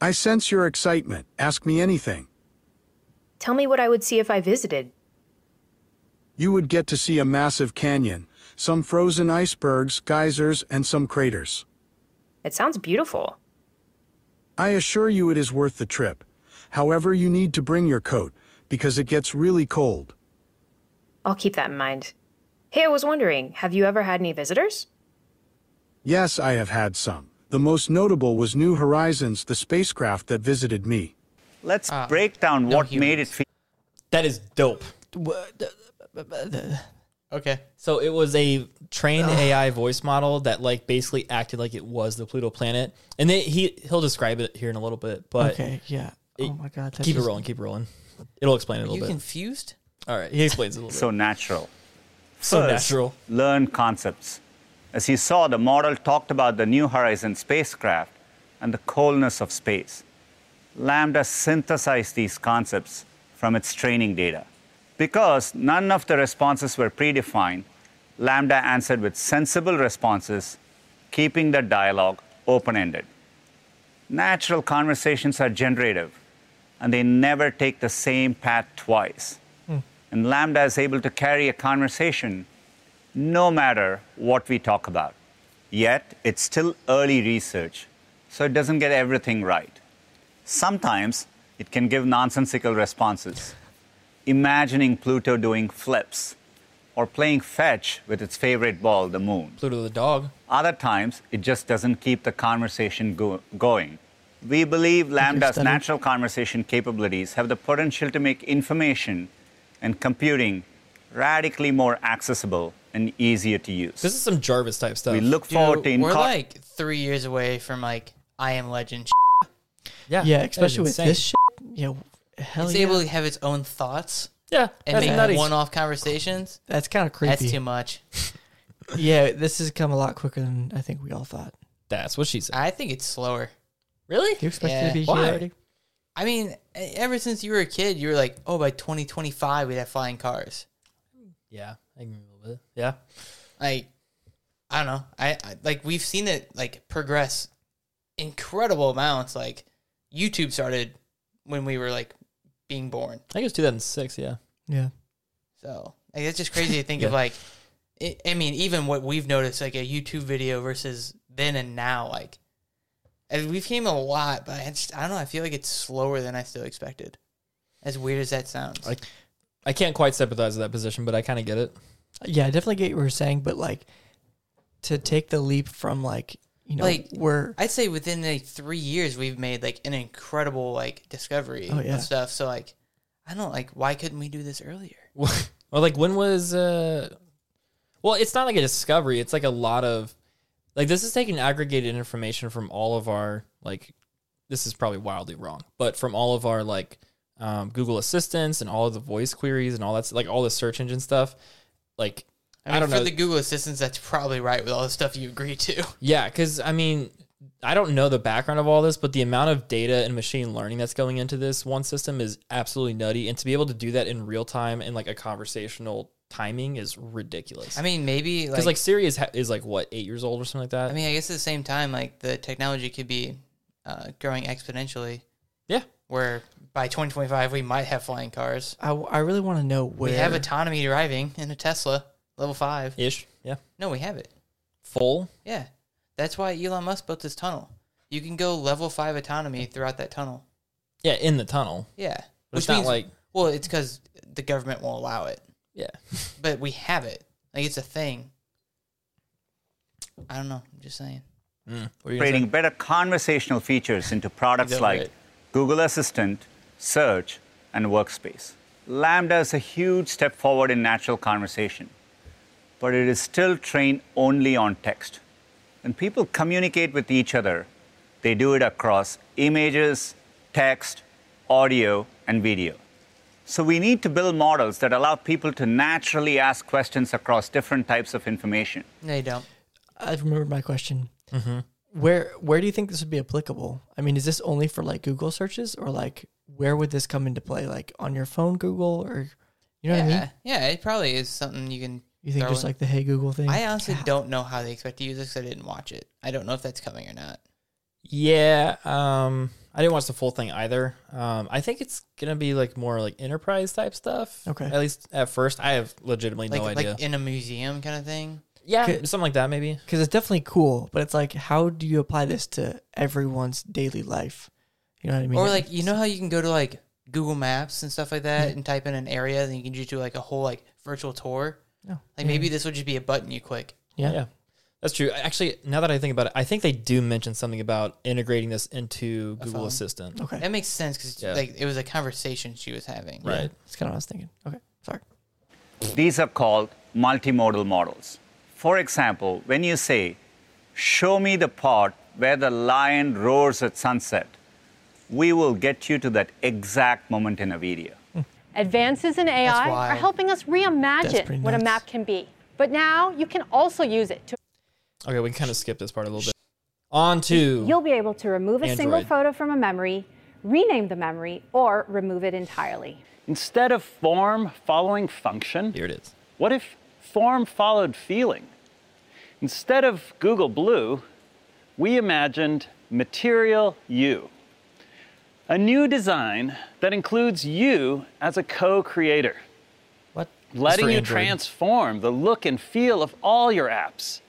[SPEAKER 9] I sense your excitement. Ask me anything.
[SPEAKER 8] Tell me what I would see if I visited.
[SPEAKER 9] You would get to see a massive canyon, some frozen icebergs, geysers, and some craters.
[SPEAKER 8] It sounds beautiful.
[SPEAKER 9] I assure you it is worth the trip. However, you need to bring your coat, because it gets really cold.
[SPEAKER 8] I'll keep that in mind. Hey, I was wondering, have you ever had any visitors?
[SPEAKER 9] Yes, I have had some. The most notable was New Horizons, the spacecraft that visited me.
[SPEAKER 4] Let's break down what made it
[SPEAKER 3] humans.
[SPEAKER 4] feel.
[SPEAKER 1] That is dope.
[SPEAKER 3] Okay.
[SPEAKER 1] So it was a trained AI voice model that like basically acted like it was the Pluto planet, and they, he he'll describe it here in a little bit. But
[SPEAKER 2] Okay, yeah. Oh my god. That's
[SPEAKER 1] keep it
[SPEAKER 2] just-
[SPEAKER 1] rolling, keep it rolling. It'll explain it a
[SPEAKER 3] You
[SPEAKER 1] little bit.
[SPEAKER 3] confused?
[SPEAKER 1] All right, he explains it a little
[SPEAKER 4] so natural.
[SPEAKER 1] bit. So
[SPEAKER 4] First,
[SPEAKER 1] natural.
[SPEAKER 4] Learn concepts. As you saw, the model talked about the New Horizons spacecraft and the coldness of space. Lambda synthesized these concepts from its training data. Because none of the responses were predefined, Lambda answered with sensible responses, keeping the dialogue open ended. Natural conversations are generative, and they never take the same path twice and Lambda is able to carry a conversation no matter what we talk about. Yet, it's still early research, so it doesn't get everything right. Sometimes, it can give nonsensical responses, imagining Pluto doing flips or playing fetch with its favorite ball, the moon.
[SPEAKER 1] Pluto the dog.
[SPEAKER 4] Other times, it just doesn't keep the conversation go- going. We believe Lambda's
[SPEAKER 2] studied.
[SPEAKER 4] natural conversation capabilities have the potential to make information and computing radically more accessible and easier to use.
[SPEAKER 1] This is some Jarvis type stuff.
[SPEAKER 4] we look
[SPEAKER 3] Dude,
[SPEAKER 4] forward to
[SPEAKER 3] we're
[SPEAKER 4] inco-
[SPEAKER 3] like three years away from like I Am Legend.
[SPEAKER 1] yeah,
[SPEAKER 2] Yeah,
[SPEAKER 1] that is
[SPEAKER 2] especially with
[SPEAKER 1] insane.
[SPEAKER 2] this shit. Yeah, hell
[SPEAKER 3] It's
[SPEAKER 2] yeah.
[SPEAKER 3] able to have its own thoughts
[SPEAKER 1] Yeah,
[SPEAKER 3] and
[SPEAKER 1] that's
[SPEAKER 3] make
[SPEAKER 1] nutty.
[SPEAKER 3] one-off conversations.
[SPEAKER 2] That's kind of creepy.
[SPEAKER 3] That's too much.
[SPEAKER 2] Yeah, this has come a lot quicker than I think we all thought.
[SPEAKER 1] That's what she said.
[SPEAKER 3] I think it's slower.
[SPEAKER 1] Really?
[SPEAKER 2] Do you expect it
[SPEAKER 3] Yeah.
[SPEAKER 2] to be
[SPEAKER 1] Why?
[SPEAKER 2] here already?
[SPEAKER 3] I mean, e- ever since you were a kid, you were like, oh, by 2025, we'd have flying cars.
[SPEAKER 1] Yeah, I can remember a little bit. Yeah,
[SPEAKER 3] Like, I don't know. I, I like we've seen it like progress incredible amounts. Like YouTube started when we were like being born.
[SPEAKER 1] I think it was 2006. Yeah,
[SPEAKER 2] Yeah.
[SPEAKER 3] So like, it's just crazy to think of
[SPEAKER 1] *laughs* Yeah.
[SPEAKER 3] like, I I mean, even what we've noticed, like a YouTube video versus then and now, like, and we've came a lot, but I, just, I don't know. I feel like it's slower than I still expected. As weird as that sounds,
[SPEAKER 1] I- I can't quite sympathize with that position, but I kind of get it.
[SPEAKER 2] Yeah, I definitely get what you're saying, but like to take the leap from like you know
[SPEAKER 3] Like,
[SPEAKER 2] we're
[SPEAKER 3] I'd say within like three years, we've made like an incredible like discovery
[SPEAKER 2] Oh, yeah.
[SPEAKER 3] of stuff. So like, I don't like why couldn't we do this earlier?
[SPEAKER 1] *laughs* well, like when was uh well it's not like a discovery it's like a lot of like this is taking aggregated information from all of our like this is probably wildly wrong but from all of our like um, google assistants and all of the voice queries and all that's like all the search engine stuff like
[SPEAKER 3] I,
[SPEAKER 1] i,
[SPEAKER 3] mean,
[SPEAKER 1] don't
[SPEAKER 3] for
[SPEAKER 1] know
[SPEAKER 3] the Google assistants, that's probably right with all the stuff you agree to.
[SPEAKER 1] yeah, because I mean, I don't know the background of all this, but the amount of data and machine learning that's going into this one system is absolutely nutty. And to be able to do that in real time and like a conversational timing is ridiculous.
[SPEAKER 3] I
[SPEAKER 1] *laughs*
[SPEAKER 3] mean, maybe
[SPEAKER 1] because
[SPEAKER 3] like,
[SPEAKER 1] like, Siri is, ha- is like what eight years old or something like that.
[SPEAKER 3] I mean, I guess at the same time, like the technology could be uh, growing exponentially.
[SPEAKER 1] yeah,
[SPEAKER 3] Where by 2025, we might have flying cars.
[SPEAKER 2] I, I really want to know where
[SPEAKER 3] We have autonomy driving in a Tesla level five.
[SPEAKER 1] ish. Yeah,
[SPEAKER 3] No, we have it.
[SPEAKER 1] full.
[SPEAKER 3] Yeah, that's why Elon Musk built this tunnel. You can go level five autonomy throughout that tunnel.
[SPEAKER 1] Yeah, in the tunnel.
[SPEAKER 3] Yeah,
[SPEAKER 1] But it's not like-
[SPEAKER 3] well, it's because the government won't allow it,
[SPEAKER 1] Yeah, *laughs*
[SPEAKER 3] but we have it. Like it's a thing. I don't know. I'm just saying.
[SPEAKER 1] Mm. What are you gonna
[SPEAKER 10] Creating better conversational features into products
[SPEAKER 3] Either
[SPEAKER 10] like
[SPEAKER 3] way.
[SPEAKER 10] Google Assistant, Search, and Workspace. Lambda is a huge step forward in natural conversation, but it is still trained only on text. When people communicate with each other, they do it across images, text, audio, and video. So we need to build models that allow people to naturally ask questions across different types of information.
[SPEAKER 3] No, you don't.
[SPEAKER 2] I remembered my question. Where where do you think this would be applicable? I mean, is this only for like Google searches or like where would this come into play? Like on your phone, Google or you know
[SPEAKER 3] yeah,
[SPEAKER 2] what I mean?
[SPEAKER 3] yeah. It probably is something you can.
[SPEAKER 2] You think
[SPEAKER 3] throw
[SPEAKER 2] just
[SPEAKER 3] in.
[SPEAKER 2] like the Hey Google thing?
[SPEAKER 3] I uh, honestly don't know how they expect to use this. 'cause I didn't watch it. I don't know if that's coming or not.
[SPEAKER 1] Yeah, um, I didn't watch the full thing either. Um, I think it's gonna be like more like enterprise type stuff.
[SPEAKER 2] Okay.
[SPEAKER 1] at least at first, I have legitimately
[SPEAKER 3] Like
[SPEAKER 1] no idea.
[SPEAKER 3] like in a museum kind of thing.
[SPEAKER 1] yeah,
[SPEAKER 2] Could-
[SPEAKER 1] something like that maybe.
[SPEAKER 2] because it's definitely cool, but it's like how do you apply this to everyone's daily life? You know what I mean?
[SPEAKER 3] Or like you know how you can go to like Google Maps and stuff like that and type in an area, and you can just do like a whole like virtual tour.
[SPEAKER 2] No.
[SPEAKER 3] Like maybe this would just be a button you click.
[SPEAKER 2] yeah.
[SPEAKER 1] Yeah. That's true. Actually, now that I think about it, I think they do mention something about integrating this into Google
[SPEAKER 3] phone.
[SPEAKER 1] Assistant.
[SPEAKER 2] Okay,
[SPEAKER 3] That makes sense because
[SPEAKER 1] Yeah.
[SPEAKER 3] like it was a conversation she was having.
[SPEAKER 1] Right.
[SPEAKER 2] that's kind of what I was thinking. Okay, sorry.
[SPEAKER 10] These are called multimodal models. For example, when you say, Show me the part where the lion roars at sunset, we will get you to that exact moment in a video.
[SPEAKER 8] Advances in AI are
[SPEAKER 3] wild.
[SPEAKER 8] helping us
[SPEAKER 2] pretty
[SPEAKER 8] reimagine what a
[SPEAKER 2] nuts.
[SPEAKER 8] map can be. But now you can also use it to.
[SPEAKER 1] Okay, we can kind of skip this part a little bit. On to
[SPEAKER 8] You'll be able to remove a single
[SPEAKER 1] Android.
[SPEAKER 8] photo from a memory, rename the memory, or remove it entirely.
[SPEAKER 4] Instead of form following function,
[SPEAKER 1] here it is.
[SPEAKER 4] what if form followed feeling? Instead of Google Blue, we imagined Material You, a new design that includes you as a co creator.
[SPEAKER 1] What?
[SPEAKER 4] letting you transform the look and feel of all your apps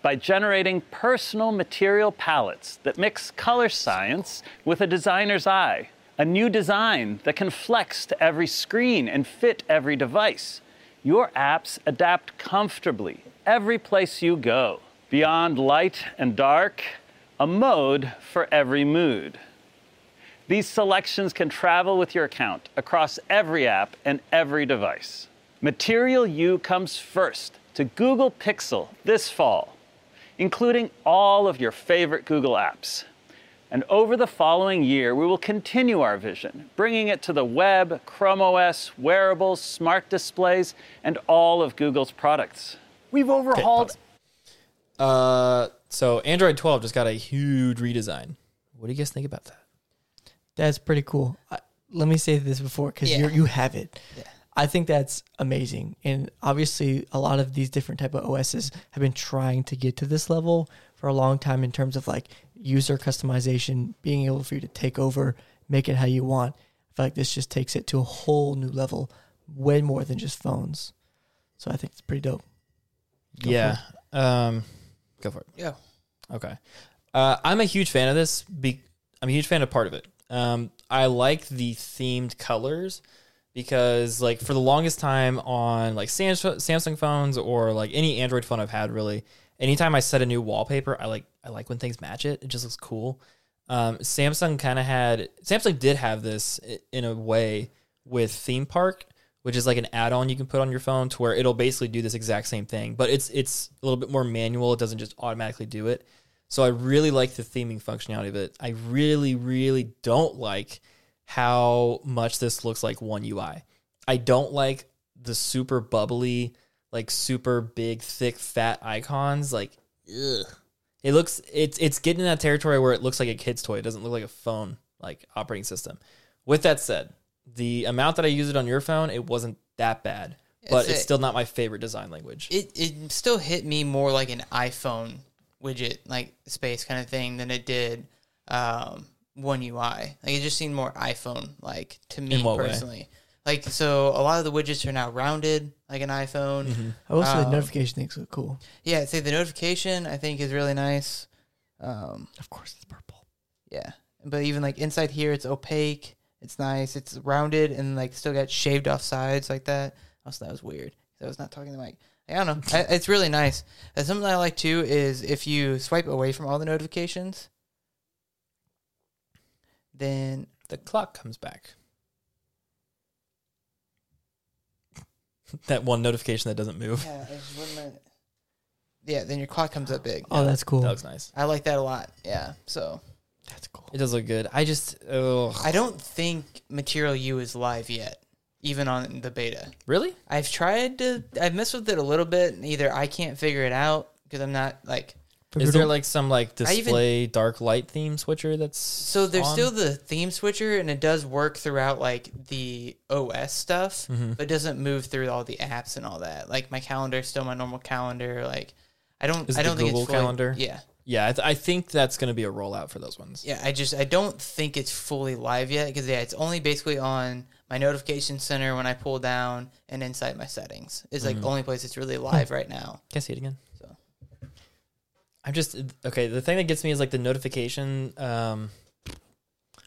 [SPEAKER 4] by generating personal material palettes that mix color science with a designer's eye. A new design that can flex to every screen and fit every device. Your apps adapt comfortably every place you go. Beyond light and dark, a mode for every mood. These selections can travel with your account across every app and every device. Material U comes first to Google Pixel this fall, including all of your favorite Google apps. And over the following year, we will continue our vision, bringing it to the web, Chrome OS, wearables, smart displays, and all of Google's products. We've overhauled
[SPEAKER 1] Uh, so Android 12 just got a huge redesign. What do you guys think about that?
[SPEAKER 2] That's pretty cool. I, let me say this before because
[SPEAKER 1] Yeah.
[SPEAKER 2] you you have it.
[SPEAKER 1] Yeah.
[SPEAKER 2] I think that's amazing, and obviously a lot of these different type of OSs have been trying to get to this level for a long time in terms of like user customization, being able for you to take over, make it how you want. I feel like this just takes it to a whole new level, way more than just phones. So I think it's pretty dope. Go for
[SPEAKER 1] yeah.
[SPEAKER 2] it.
[SPEAKER 1] Um, go for it.
[SPEAKER 3] Yeah.
[SPEAKER 1] Okay. Uh, I'm a huge fan of this. Be- I'm a huge fan of part of it. Um, I like the themed colors because, like, for the longest time on like Sam- Samsung phones or like any Android phone I've had, really, anytime I set a new wallpaper, I like I like when things match it. It just looks cool. Um, Samsung kind of had Samsung did have this i- in a way with Theme Park, which is like an add-on you can put on your phone to where it'll basically do this exact same thing, but it's it's a little bit more manual. It doesn't just automatically do it. So I really like the theming functionality of it. I really really don't like how much this looks like one UI. I don't like the super bubbly, like super big, thick, fat icons. Like, ugh. It looks it's it's getting in that territory where it looks like a kid's toy. It doesn't look like a phone like operating system. With that said, the amount that I used it on your phone, it wasn't that bad. But
[SPEAKER 3] It's
[SPEAKER 1] it's
[SPEAKER 3] a-
[SPEAKER 1] still not my favorite design language.
[SPEAKER 3] It it still hit me more like an iPhone widget like space kind of thing than it did um, One UI. Like it just seemed more iPhone like to me
[SPEAKER 1] In what way?
[SPEAKER 3] personally. Like so, a lot of the widgets are now rounded like an iPhone.
[SPEAKER 1] Mm-hmm.
[SPEAKER 2] I will say the
[SPEAKER 3] Um,
[SPEAKER 2] notification things look cool.
[SPEAKER 3] Yeah, I'd say the notification I think is really nice. Um, of course, it's purple. Yeah, but even like inside here, it's opaque. It's nice. It's rounded and like still got shaved off sides like that. Also, that was weird. 'cause I was not talking to Mike. I don't know. I, it's really nice. And something I like too is if you swipe away from all the notifications, then
[SPEAKER 1] the clock comes back. *laughs* that one notification that doesn't move.
[SPEAKER 3] Yeah, I just wouldn't let- yeah, then your clock comes up big.
[SPEAKER 2] Oh, that's cool.
[SPEAKER 1] That looks nice.
[SPEAKER 3] I like that a lot. Yeah. So
[SPEAKER 1] It does look good. I just ugh.
[SPEAKER 3] I don't think Material U is live yet, even on the beta.
[SPEAKER 1] Really?
[SPEAKER 3] I've tried to. I've messed with it a little bit, and either I can't figure it out because I'm not like.
[SPEAKER 1] Is there like some like
[SPEAKER 3] I even-
[SPEAKER 1] display dark light theme switcher that's
[SPEAKER 3] So there's
[SPEAKER 1] on?
[SPEAKER 3] still the theme switcher, and it does work throughout like the OS stuff,
[SPEAKER 1] Mhm.
[SPEAKER 3] but doesn't move through all the apps and all that. Like my calendar is still my normal calendar. Like I don't.
[SPEAKER 1] Is it
[SPEAKER 3] I don't
[SPEAKER 1] the Google
[SPEAKER 3] think it's fully-
[SPEAKER 1] calendar?
[SPEAKER 3] yeah.
[SPEAKER 1] yeah. I, th- I think that's going to be a rollout for those ones.
[SPEAKER 3] Yeah, I just I don't think it's fully live yet because yeah, it's only basically on my notification center when I pull down and inside my settings is like
[SPEAKER 1] Mhm.
[SPEAKER 3] the only place it's really live right now.
[SPEAKER 1] Can I see it again? I'm just okay. The thing that gets me is like the notification. Um,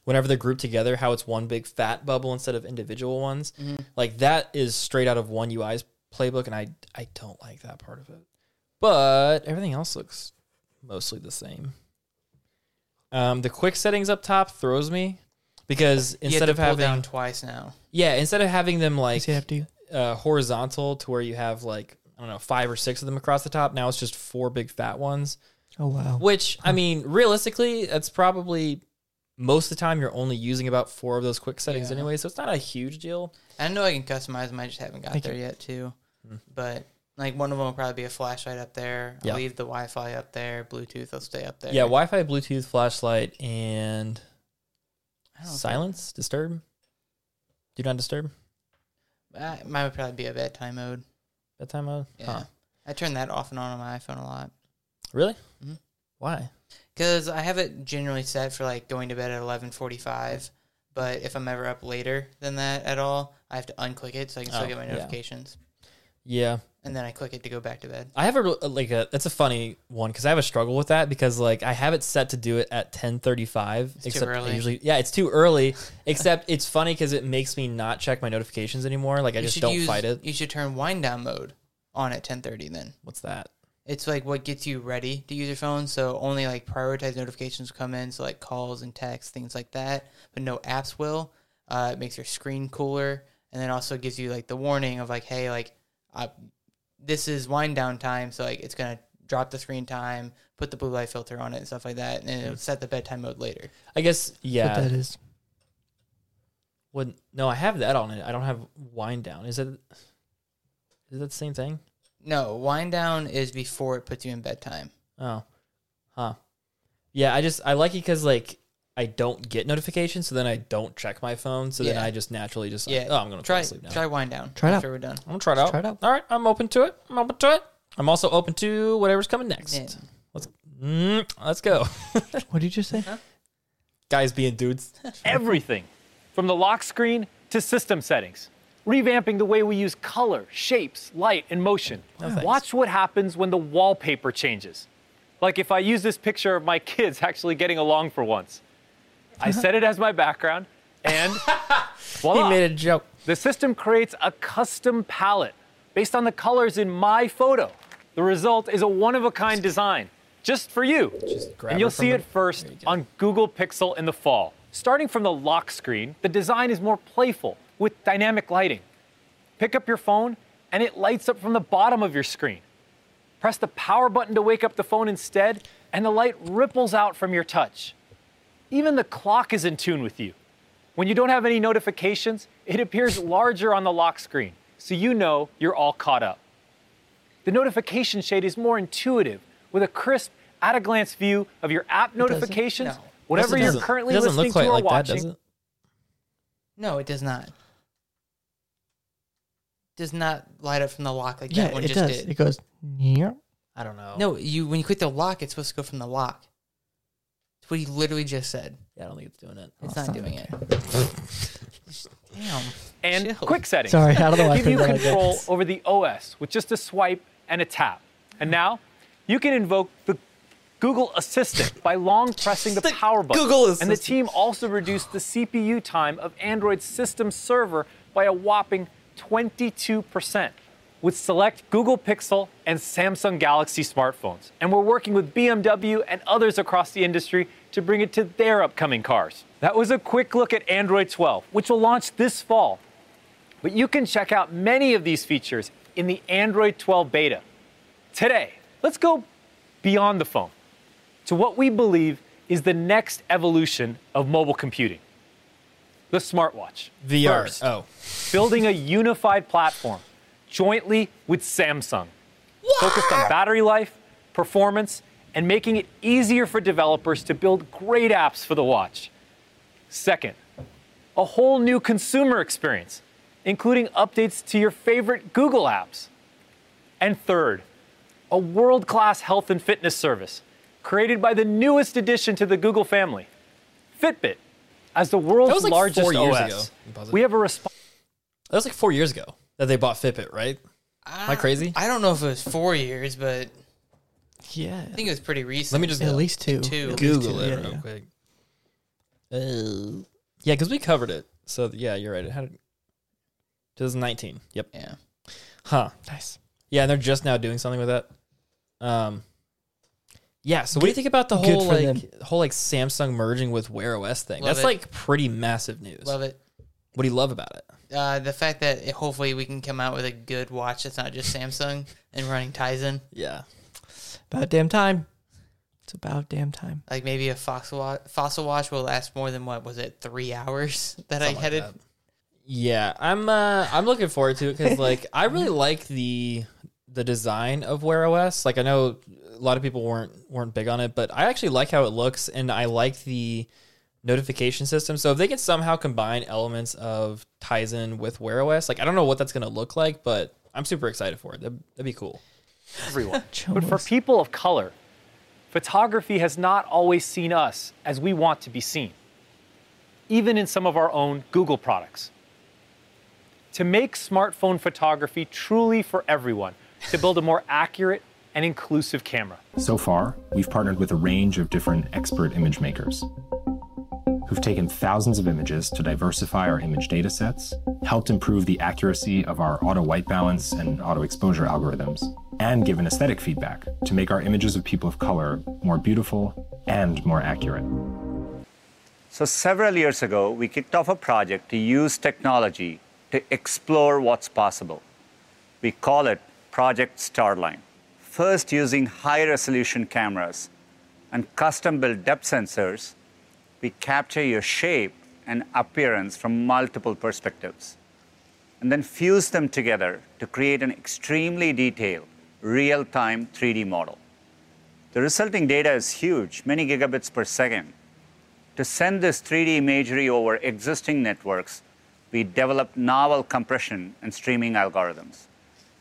[SPEAKER 1] whenever they're grouped together, how it's one big fat bubble instead of individual ones.
[SPEAKER 3] Mhm.
[SPEAKER 1] Like that is straight out of One UI's playbook, and I I don't like that part of it. But everything else looks mostly the same. Um, the quick settings up top throws me because
[SPEAKER 3] You have
[SPEAKER 1] instead
[SPEAKER 3] to
[SPEAKER 1] of
[SPEAKER 3] pull
[SPEAKER 1] having
[SPEAKER 3] down twice now.
[SPEAKER 1] yeah, instead of having them like
[SPEAKER 2] have to-
[SPEAKER 1] uh, horizontal to where you have like I don't know five or six of them across the top. Now it's just four big fat ones.
[SPEAKER 2] Oh wow.
[SPEAKER 1] Which I mean, realistically, that's probably most of the time you're only using about four of those quick settings
[SPEAKER 3] Yeah.
[SPEAKER 1] anyway, so it's not a huge deal.
[SPEAKER 3] I know I can customize them. I just haven't got
[SPEAKER 1] Thank
[SPEAKER 3] there
[SPEAKER 1] you.
[SPEAKER 3] yet too.
[SPEAKER 1] Mhm.
[SPEAKER 3] But like one of them will probably be a flashlight up there. I'll
[SPEAKER 1] Yeah.
[SPEAKER 3] leave the Wi-Fi up there. Bluetooth will stay up there.
[SPEAKER 1] Yeah, Wi-Fi, Bluetooth, flashlight, and
[SPEAKER 3] don't know.
[SPEAKER 1] silence, disturb. Do not disturb.
[SPEAKER 3] Uh, mine would probably be a bedtime mode.
[SPEAKER 1] Bedtime mode.
[SPEAKER 3] Yeah, I turn that off and on on my iPhone a lot.
[SPEAKER 1] Really?
[SPEAKER 3] Mhm.
[SPEAKER 1] Why?
[SPEAKER 3] Because I have it generally set for like going to bed at eleven forty-five. But if I'm ever up later than that at all, I have to unclick it so I can still
[SPEAKER 1] Oh,
[SPEAKER 3] get my
[SPEAKER 1] yeah.
[SPEAKER 3] notifications.
[SPEAKER 1] Yeah.
[SPEAKER 3] And then I click it to go back to bed.
[SPEAKER 1] I have a real- like a that's a funny one because I have a struggle with that because like I have it set to do it at ten thirty five.
[SPEAKER 3] too
[SPEAKER 1] Except I
[SPEAKER 3] early.
[SPEAKER 1] usually yeah, it's too early. except it's funny because it makes me not check my notifications anymore. Like I
[SPEAKER 3] You
[SPEAKER 1] just
[SPEAKER 3] should
[SPEAKER 1] don't
[SPEAKER 3] use-
[SPEAKER 1] fight it.
[SPEAKER 3] You should turn wind down mode on at ten thirty. Then
[SPEAKER 1] What's that?
[SPEAKER 3] it's like what gets you ready to use your phone. So only like prioritized notifications come in, so like calls and texts, things like that. But no apps will. Uh, it makes your screen cooler, and then also gives you like the warning of like, hey, like, I, this is wind down time, so like it's gonna drop the screen time, put the blue light filter on it, and stuff like that, and
[SPEAKER 1] Hmm.
[SPEAKER 3] it'll set the bedtime mode later.
[SPEAKER 1] I guess yeah.
[SPEAKER 2] What that is.
[SPEAKER 1] When no, I have that on it. I don't have wind down. Is it? Is that the same thing?
[SPEAKER 3] No, wind down is before it puts you in bedtime.
[SPEAKER 1] Oh, huh. Yeah, I just I like it because like I don't get notifications, so then I don't check my phone. So then
[SPEAKER 3] Yeah.
[SPEAKER 1] I just naturally just like,
[SPEAKER 3] Yeah.
[SPEAKER 1] oh, I'm gonna
[SPEAKER 3] Try-
[SPEAKER 1] fall asleep now.
[SPEAKER 3] try wind down Try it out. after we're done.
[SPEAKER 1] I'm gonna try it out.
[SPEAKER 3] Try it out.
[SPEAKER 1] All right, I'm open to it. I'm open to it. I'm also open to whatever's coming next.
[SPEAKER 3] Yeah.
[SPEAKER 1] Let's mm, let's *laughs* go.
[SPEAKER 2] what did you say?
[SPEAKER 1] Guys being dudes.
[SPEAKER 4] Everything from the lock screen to system settings, revamping the way we use color, shapes, light, and motion. Watch what happens when the wallpaper changes. Like if I use this picture of my *laughs* kids actually getting along for once. I set it as my background, and voila.
[SPEAKER 1] made a joke.
[SPEAKER 4] The system creates a custom palette based on the colors in my photo. The result is a one of a kind design just for you.
[SPEAKER 1] grab it
[SPEAKER 4] and you'll
[SPEAKER 1] from
[SPEAKER 4] see
[SPEAKER 1] the-
[SPEAKER 4] it first on Google Pixel in the fall. Starting from the lock screen, the design is more playful with dynamic lighting. Pick up your phone, and it lights up from the bottom of your screen. Press the power button to wake up the phone instead, and the light ripples out from your touch. Even the clock is in tune with you. When you don't have any notifications, it appears larger on the lock screen, so you know you're all caught up. The notification shade is more intuitive with a crisp, at a glance view of your app notifications,
[SPEAKER 3] No.
[SPEAKER 4] whatever
[SPEAKER 3] Yes, it
[SPEAKER 4] you're
[SPEAKER 3] doesn't.
[SPEAKER 4] currently
[SPEAKER 1] It doesn't
[SPEAKER 4] listening
[SPEAKER 1] look quite
[SPEAKER 4] to or
[SPEAKER 1] like that,
[SPEAKER 4] watching.
[SPEAKER 1] does it?
[SPEAKER 3] No, it does not. Does not light up from the lock like
[SPEAKER 2] Yeah,
[SPEAKER 3] that one
[SPEAKER 2] it
[SPEAKER 3] just
[SPEAKER 2] does.
[SPEAKER 3] did.
[SPEAKER 2] It goes. Yeah.
[SPEAKER 1] I don't know.
[SPEAKER 3] No, you when you click the lock, it's supposed to go from the lock. It's what he literally just said.
[SPEAKER 1] Yeah, I don't think it's doing it.
[SPEAKER 3] It's
[SPEAKER 2] Oh,
[SPEAKER 3] not
[SPEAKER 2] son of
[SPEAKER 3] doing it. Damn.
[SPEAKER 4] and quick settings.
[SPEAKER 2] Sorry, I don't
[SPEAKER 4] *laughs*
[SPEAKER 2] know why I
[SPEAKER 4] Give you
[SPEAKER 2] put it that way.
[SPEAKER 4] control over the OS with just a swipe and a tap. And now you can invoke the Google Assistant by long pressing the, power button.
[SPEAKER 1] Google
[SPEAKER 4] And the
[SPEAKER 1] Assistant.
[SPEAKER 4] team also reduced the CPU time of Android's system server by a whopping 22% with select Google Pixel and Samsung Galaxy smartphones. And we're working with BMW and others across the industry to bring it to their upcoming cars. That was a quick look at Android 12, which will launch this fall. But you can check out many of these features in the Android 12 beta. Today, let's go beyond the phone to what we believe is the next evolution of mobile computing the smartwatch.
[SPEAKER 1] VR.
[SPEAKER 4] First,
[SPEAKER 1] Oh.
[SPEAKER 4] building a unified platform jointly with Samsung, focused on battery life, performance, and making it easier for developers to build great apps for the watch. Second, a whole new consumer experience, including updates to your favorite Google apps. And third, a world class health and fitness service created by the newest addition to the Google family, Fitbit. As the
[SPEAKER 1] That
[SPEAKER 4] world's
[SPEAKER 1] was like
[SPEAKER 4] largest
[SPEAKER 1] four years
[SPEAKER 4] OS,
[SPEAKER 1] ago.
[SPEAKER 4] we have a response.
[SPEAKER 1] That was like four years ago that they bought Fitbit, right? Am
[SPEAKER 4] Ah,
[SPEAKER 1] I crazy?
[SPEAKER 3] I don't know if it was four years, but
[SPEAKER 2] Yeah.
[SPEAKER 3] I think it was pretty recent.
[SPEAKER 1] Let me just
[SPEAKER 2] At least two.
[SPEAKER 3] Two.
[SPEAKER 2] At least
[SPEAKER 1] Google
[SPEAKER 2] two,
[SPEAKER 1] it
[SPEAKER 2] yeah,
[SPEAKER 1] real
[SPEAKER 2] yeah.
[SPEAKER 1] quick. Uh, yeah, because we covered it. So yeah, you're right. It had 2019. Yep.
[SPEAKER 3] Yeah.
[SPEAKER 1] Huh.
[SPEAKER 2] Nice.
[SPEAKER 1] Yeah, and they're just now doing something with that. Um. Yeah. So what do you
[SPEAKER 2] Good-
[SPEAKER 1] think about the
[SPEAKER 2] good
[SPEAKER 1] whole
[SPEAKER 2] for
[SPEAKER 1] like whole like Samsung merging with Wear OS thing?
[SPEAKER 3] Love
[SPEAKER 1] That's
[SPEAKER 3] it.
[SPEAKER 1] like pretty massive news.
[SPEAKER 3] Love it.
[SPEAKER 1] What do you love about it?
[SPEAKER 3] Uh, the fact that it- hopefully we can come out with a good watch that's not just Samsung and running Tizen,
[SPEAKER 1] Yeah.
[SPEAKER 2] About damn time. It's about damn time.
[SPEAKER 3] like maybe a fossil watch, fossil watch will last more than what was it three hours that I headed.
[SPEAKER 1] Yeah, I'm uh I'm looking forward to it because like I *laughs* really like the the design of Wear OS. Like I know a lot of people weren't weren't big on it, but I actually like how it looks and I like the notification system. So if they can somehow combine elements of Tizen with Wear OS, like I don't know what that's gonna look like, but I'm super excited for it. That'd, that'd be cool.
[SPEAKER 4] everyone. but for people of color, photography has not always seen us as we want to be seen, even in some of our own Google products. To make smartphone photography truly for everyone, to build a more accurate and inclusive camera.
[SPEAKER 11] So far, we've partnered with a range of different expert image makers who've taken thousands of images to diversify our image datasets, helped improve the accuracy of our auto white balance and auto exposure algorithms, and given aesthetic feedback to make our images of people of color more beautiful and more accurate.
[SPEAKER 10] So, several years ago, we kicked off a project to use technology to explore what's possible. We call it Project Starline. First, using high resolution cameras and custom built depth sensors, we capture your shape and appearance from multiple perspectives, and then fuse them together to create an extremely detailed, real time 3D model. The resulting data is huge, many gigabits per second To send this 3D imagery over existing networks, we developed novel compression and streaming algorithms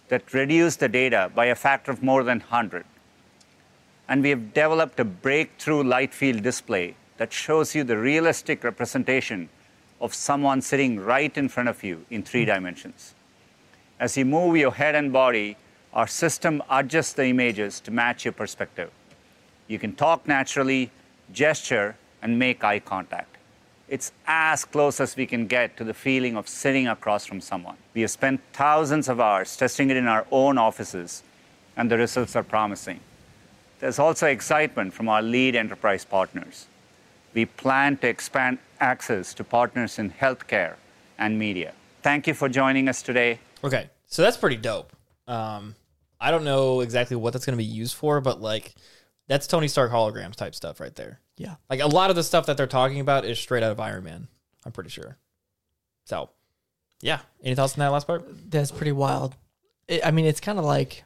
[SPEAKER 10] that reduce the data by a factor of more than 100. And we have developed a breakthrough light field display that shows you the realistic representation of someone sitting right in front of you in three dimensions. As you move your head and body, our system adjusts the images to match your perspective. You can talk naturally, gesture, and make eye contact. It's as close as we can get to the feeling of sitting across from someone. We have spent thousands of hours testing it in our own offices, and the results are promising. There's also excitement from our lead enterprise partners. We plan to expand access to partners in healthcare and media. Thank you for joining us today.
[SPEAKER 1] Okay, so that's pretty dope. Um, I don't know exactly what that's going to be used for, but like, that's Tony Stark holograms type stuff right there.
[SPEAKER 2] Yeah.
[SPEAKER 1] like a lot of the stuff that they're talking about is straight out of Iron Man. I'm pretty sure. So, yeah. Any thoughts on that last part?
[SPEAKER 2] That's pretty wild. It, I mean, it's kind of like,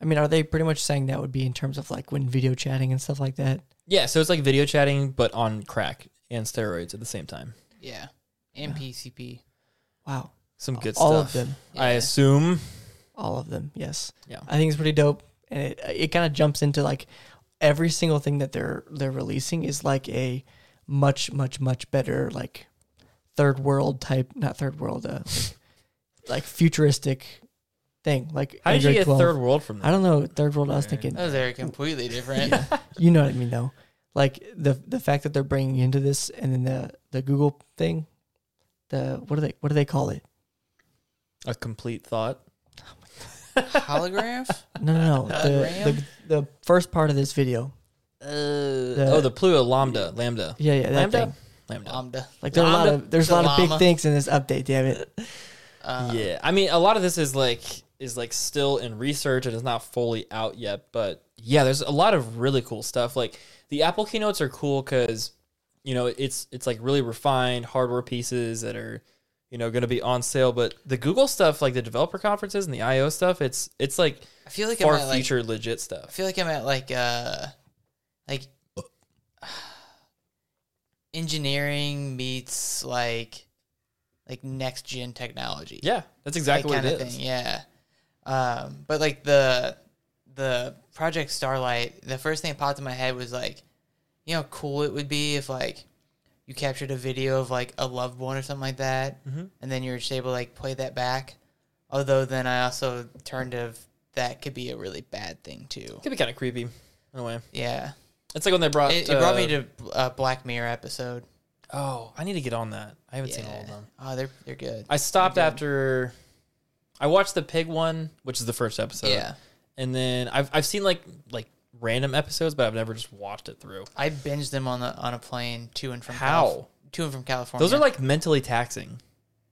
[SPEAKER 2] I mean, are they pretty much saying that would be in terms of like when video chatting and stuff like that?
[SPEAKER 1] Yeah, so it's like video chatting, but on crack and steroids at the same time.
[SPEAKER 3] Yeah. And PCP.
[SPEAKER 2] Wow.
[SPEAKER 1] Some good
[SPEAKER 2] All of
[SPEAKER 1] stuff.
[SPEAKER 2] them.
[SPEAKER 1] I assume.
[SPEAKER 2] All of them. Yes.
[SPEAKER 1] Yeah.
[SPEAKER 2] I think it's pretty dope, and it it kind of jumps into like every single thing that they're they're releasing is like a much much much better like third world type, not third world, uh, like, like futuristic thing. Like
[SPEAKER 1] How did you
[SPEAKER 2] Android
[SPEAKER 1] get
[SPEAKER 2] 12.
[SPEAKER 1] third world from
[SPEAKER 2] I don't know. Third world. I was thinking
[SPEAKER 3] Those are Oh, completely different.
[SPEAKER 2] Yeah. you know what I mean, though. Like the the fact that they're bringing into this, and then the the Google thing, the what do they what do they call it?
[SPEAKER 1] A complete thought.
[SPEAKER 3] Holograph?
[SPEAKER 2] No, no,
[SPEAKER 1] *laughs*
[SPEAKER 2] no.
[SPEAKER 3] Hologram?
[SPEAKER 2] The, the the first part of this video. Uh,
[SPEAKER 1] oh, the Pluto Lambda. Lambda.
[SPEAKER 2] Yeah, yeah, that
[SPEAKER 1] Lambda.
[SPEAKER 2] thing.
[SPEAKER 1] Lambda.
[SPEAKER 3] Lambda.
[SPEAKER 2] Like there are a lot of there's a lot of big
[SPEAKER 1] Llama.
[SPEAKER 2] things in this update. Damn
[SPEAKER 3] *laughs*
[SPEAKER 2] it.
[SPEAKER 1] yeah, I mean, a lot of this is like is like still in research and is not fully out yet. But yeah, there's a lot of really cool stuff. Like the Apple keynotes are cool because you know it's it's like really refined hardware pieces that are you know going to be on sale. But the Google stuff, like the developer conferences and the I/O stuff, it's it's like
[SPEAKER 3] I feel like I'm
[SPEAKER 1] far
[SPEAKER 3] at, like-
[SPEAKER 1] future legit stuff.
[SPEAKER 3] I feel like I'm at like uh like engineering meets like like next gen technology.
[SPEAKER 1] Yeah, that's exactly what
[SPEAKER 3] That
[SPEAKER 1] it
[SPEAKER 3] kinda
[SPEAKER 1] is.
[SPEAKER 3] Thing. Yeah. Um, but like the the Project Starlight, the first thing that popped in my head was like, you know, how cool it would be if like you captured a video of like a loved one or something like that,
[SPEAKER 1] Mhm.
[SPEAKER 3] and then you're just able to like play that back. Although then I also turned of that could be a really bad thing too.
[SPEAKER 1] Could be kind of creepy in a way.
[SPEAKER 3] Yeah.
[SPEAKER 1] It's like when they brought
[SPEAKER 3] It, it brought
[SPEAKER 1] uh,
[SPEAKER 3] me to a Black Mirror episode.
[SPEAKER 1] Oh, I need to get on that. I haven't seen all of
[SPEAKER 3] Yeah.
[SPEAKER 1] them.
[SPEAKER 3] Oh, they're they're good.
[SPEAKER 1] I stopped after I watched the pig one, which is the first episode.
[SPEAKER 3] Yeah.
[SPEAKER 1] And then I've I've seen like like random episodes, but I've never just watched it through.
[SPEAKER 3] I binged them on the on a plane to and from
[SPEAKER 1] How?
[SPEAKER 3] Calif- to and from California.
[SPEAKER 1] Those are like mentally taxing.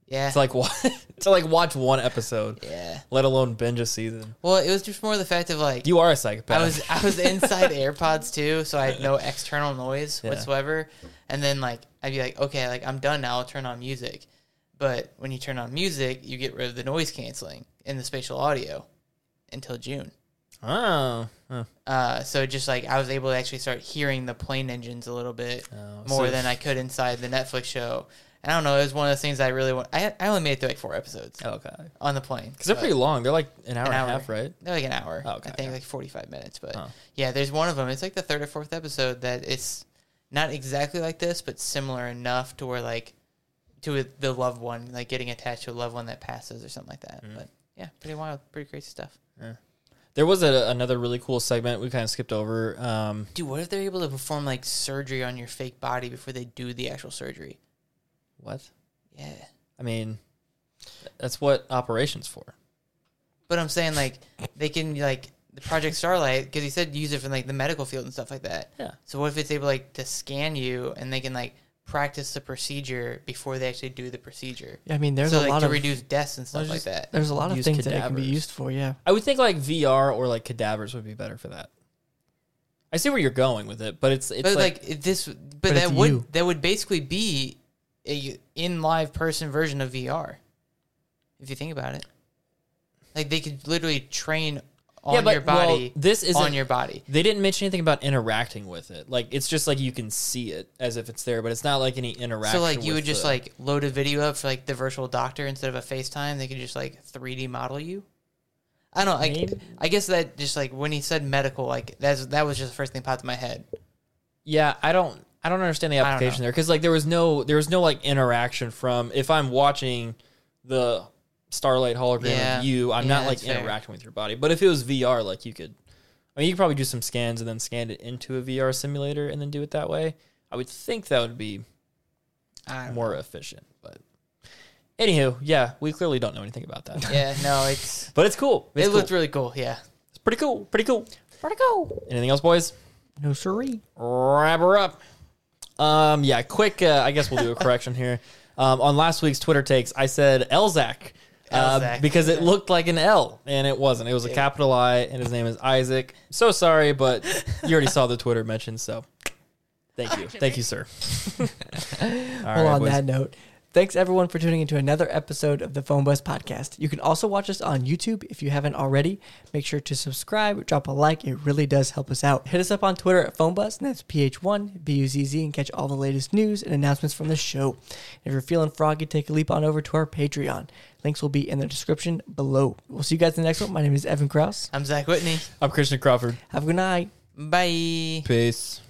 [SPEAKER 3] Yeah.
[SPEAKER 1] To like wa- *laughs* to like watch one episode.
[SPEAKER 3] Yeah.
[SPEAKER 1] Let alone binge a season.
[SPEAKER 3] well, it was just more the fact of like
[SPEAKER 1] You are a *laughs* psychopath.
[SPEAKER 3] I was I was inside AirPods too, so I
[SPEAKER 1] *laughs*
[SPEAKER 3] had no external noise
[SPEAKER 1] Yeah.
[SPEAKER 3] whatsoever. And then like I'd be like, okay, like I'm done now. I'll turn on music. But when you turn on music, you get rid of the noise canceling and the spatial audio until June.
[SPEAKER 1] Oh. Huh.
[SPEAKER 3] Uh, so just like I was able to actually start hearing the plane engines a little bit
[SPEAKER 1] Oh,
[SPEAKER 3] more
[SPEAKER 1] so-
[SPEAKER 3] than I could inside the Netflix show. And I don't know. It was one of those things I really want. I, I only made it through like four episodes.
[SPEAKER 1] Okay.
[SPEAKER 3] On the plane
[SPEAKER 1] Oh. Because they're
[SPEAKER 3] but-
[SPEAKER 1] pretty long. They're like an hour,
[SPEAKER 3] an
[SPEAKER 1] and a half, right?
[SPEAKER 3] They're like an hour.
[SPEAKER 1] Oh, okay,
[SPEAKER 3] I think
[SPEAKER 1] okay.
[SPEAKER 3] like 45 minutes. But
[SPEAKER 1] Oh.
[SPEAKER 3] yeah, there's one of them. It's like the third or fourth episode that it's not exactly like this, but similar enough to where like to a- the loved one, like getting attached to a loved one that passes or something like
[SPEAKER 1] Mm-hmm.
[SPEAKER 3] that. But yeah, pretty wild, pretty crazy stuff.
[SPEAKER 1] There was a, another really cool segment we kind of skipped over. Um,
[SPEAKER 3] Dude, what if they're able to perform like surgery on your fake body before they do the actual surgery?
[SPEAKER 1] what?
[SPEAKER 3] Yeah.
[SPEAKER 1] I mean, that's what operations for.
[SPEAKER 3] But I'm saying like they can like the Project Starlight because he said use it for like the medical field and stuff like that.
[SPEAKER 1] Yeah.
[SPEAKER 3] So what if it's able like to scan you and they can like practice the procedure before they actually do the procedure?
[SPEAKER 2] Yeah, I mean, there's
[SPEAKER 3] so,
[SPEAKER 2] a
[SPEAKER 3] like,
[SPEAKER 2] lot
[SPEAKER 3] to
[SPEAKER 2] of-
[SPEAKER 3] reduce deaths and stuff like
[SPEAKER 1] Let's just-
[SPEAKER 3] that.
[SPEAKER 2] There's a lot of
[SPEAKER 1] Use
[SPEAKER 2] things that it can be
[SPEAKER 1] cadavers.
[SPEAKER 2] used for. Yeah.
[SPEAKER 1] I would think like VR or like cadavers would be better for that. I see where you're going with it, but it's it's
[SPEAKER 3] but
[SPEAKER 1] like,
[SPEAKER 3] like, it- this, but,
[SPEAKER 1] But
[SPEAKER 3] that
[SPEAKER 1] it's
[SPEAKER 3] would
[SPEAKER 1] you.
[SPEAKER 3] that would basically be a in live person version of VR. If you think about it, like they could literally train on your body.
[SPEAKER 1] this is
[SPEAKER 3] on your body.
[SPEAKER 1] They didn't mention anything about interacting with it. Like it's just like you can see it as if it's there, but it's not like any interaction.
[SPEAKER 3] So like you would
[SPEAKER 1] with
[SPEAKER 3] just
[SPEAKER 1] the-
[SPEAKER 3] like load a video up for like the virtual doctor instead of a FaceTime, they could just like 3D model you. I don't like I guess that just like when he said medical, like that's that was just the first thing that popped in my head.
[SPEAKER 1] yeah. I don't I don't understand the
[SPEAKER 3] don't
[SPEAKER 1] application
[SPEAKER 3] know.
[SPEAKER 1] there because like there was no there was no like interaction from if I'm watching the starlight hologram
[SPEAKER 3] Yeah.
[SPEAKER 1] of you, I'm
[SPEAKER 3] Yeah,
[SPEAKER 1] not like
[SPEAKER 3] that's fair.
[SPEAKER 1] interacting with your body. But if it was VR, like you could, I mean, you could probably do some scans and then scan it into a VR simulator and then do it that way. I would think that would be more efficient, but. Anywho, yeah, we clearly don't know anything about
[SPEAKER 2] *laughs*
[SPEAKER 1] that.
[SPEAKER 3] Yeah, no, it's
[SPEAKER 1] But it's cool. It's
[SPEAKER 3] it
[SPEAKER 1] cool.
[SPEAKER 3] looked really cool, yeah.
[SPEAKER 1] It's pretty cool. Pretty cool.
[SPEAKER 2] Pretty cool.
[SPEAKER 1] Anything else, boys?
[SPEAKER 2] No siree.
[SPEAKER 1] Wrap her up. Um, yeah, quick. Uh, I guess we'll
[SPEAKER 2] *laughs*
[SPEAKER 1] do a correction here. Um, on last week's Twitter takes, I said Elzac. Uh,
[SPEAKER 3] Elzac.
[SPEAKER 1] because it looked like an L and it wasn't. It was a
[SPEAKER 3] Yeah.
[SPEAKER 1] capital I, and his name is Isaac. So sorry, but you already saw the Twitter mention. So thank
[SPEAKER 2] *laughs*
[SPEAKER 1] you, thank you, sir. *laughs*
[SPEAKER 2] well,
[SPEAKER 1] right,
[SPEAKER 2] on
[SPEAKER 1] boys.
[SPEAKER 2] that note, thanks everyone for tuning into another episode of the Phone Buzz Podcast. You can also watch us on YouTube if you haven't already. Make sure to subscribe, drop a like. It really does help us out. Hit us up on Twitter at Phone Buzz, and that's PH1 BUZZ, and catch all the latest news and announcements from the show. If you're feeling froggy, take a leap on over to our Patreon. Links will be in the description below. We'll see you guys in the next one. My name is Evan Krause.
[SPEAKER 3] I'm Zach Whitney.
[SPEAKER 1] I'm Christian Crawford.
[SPEAKER 2] Have a good night.
[SPEAKER 3] Bye.
[SPEAKER 1] Peace.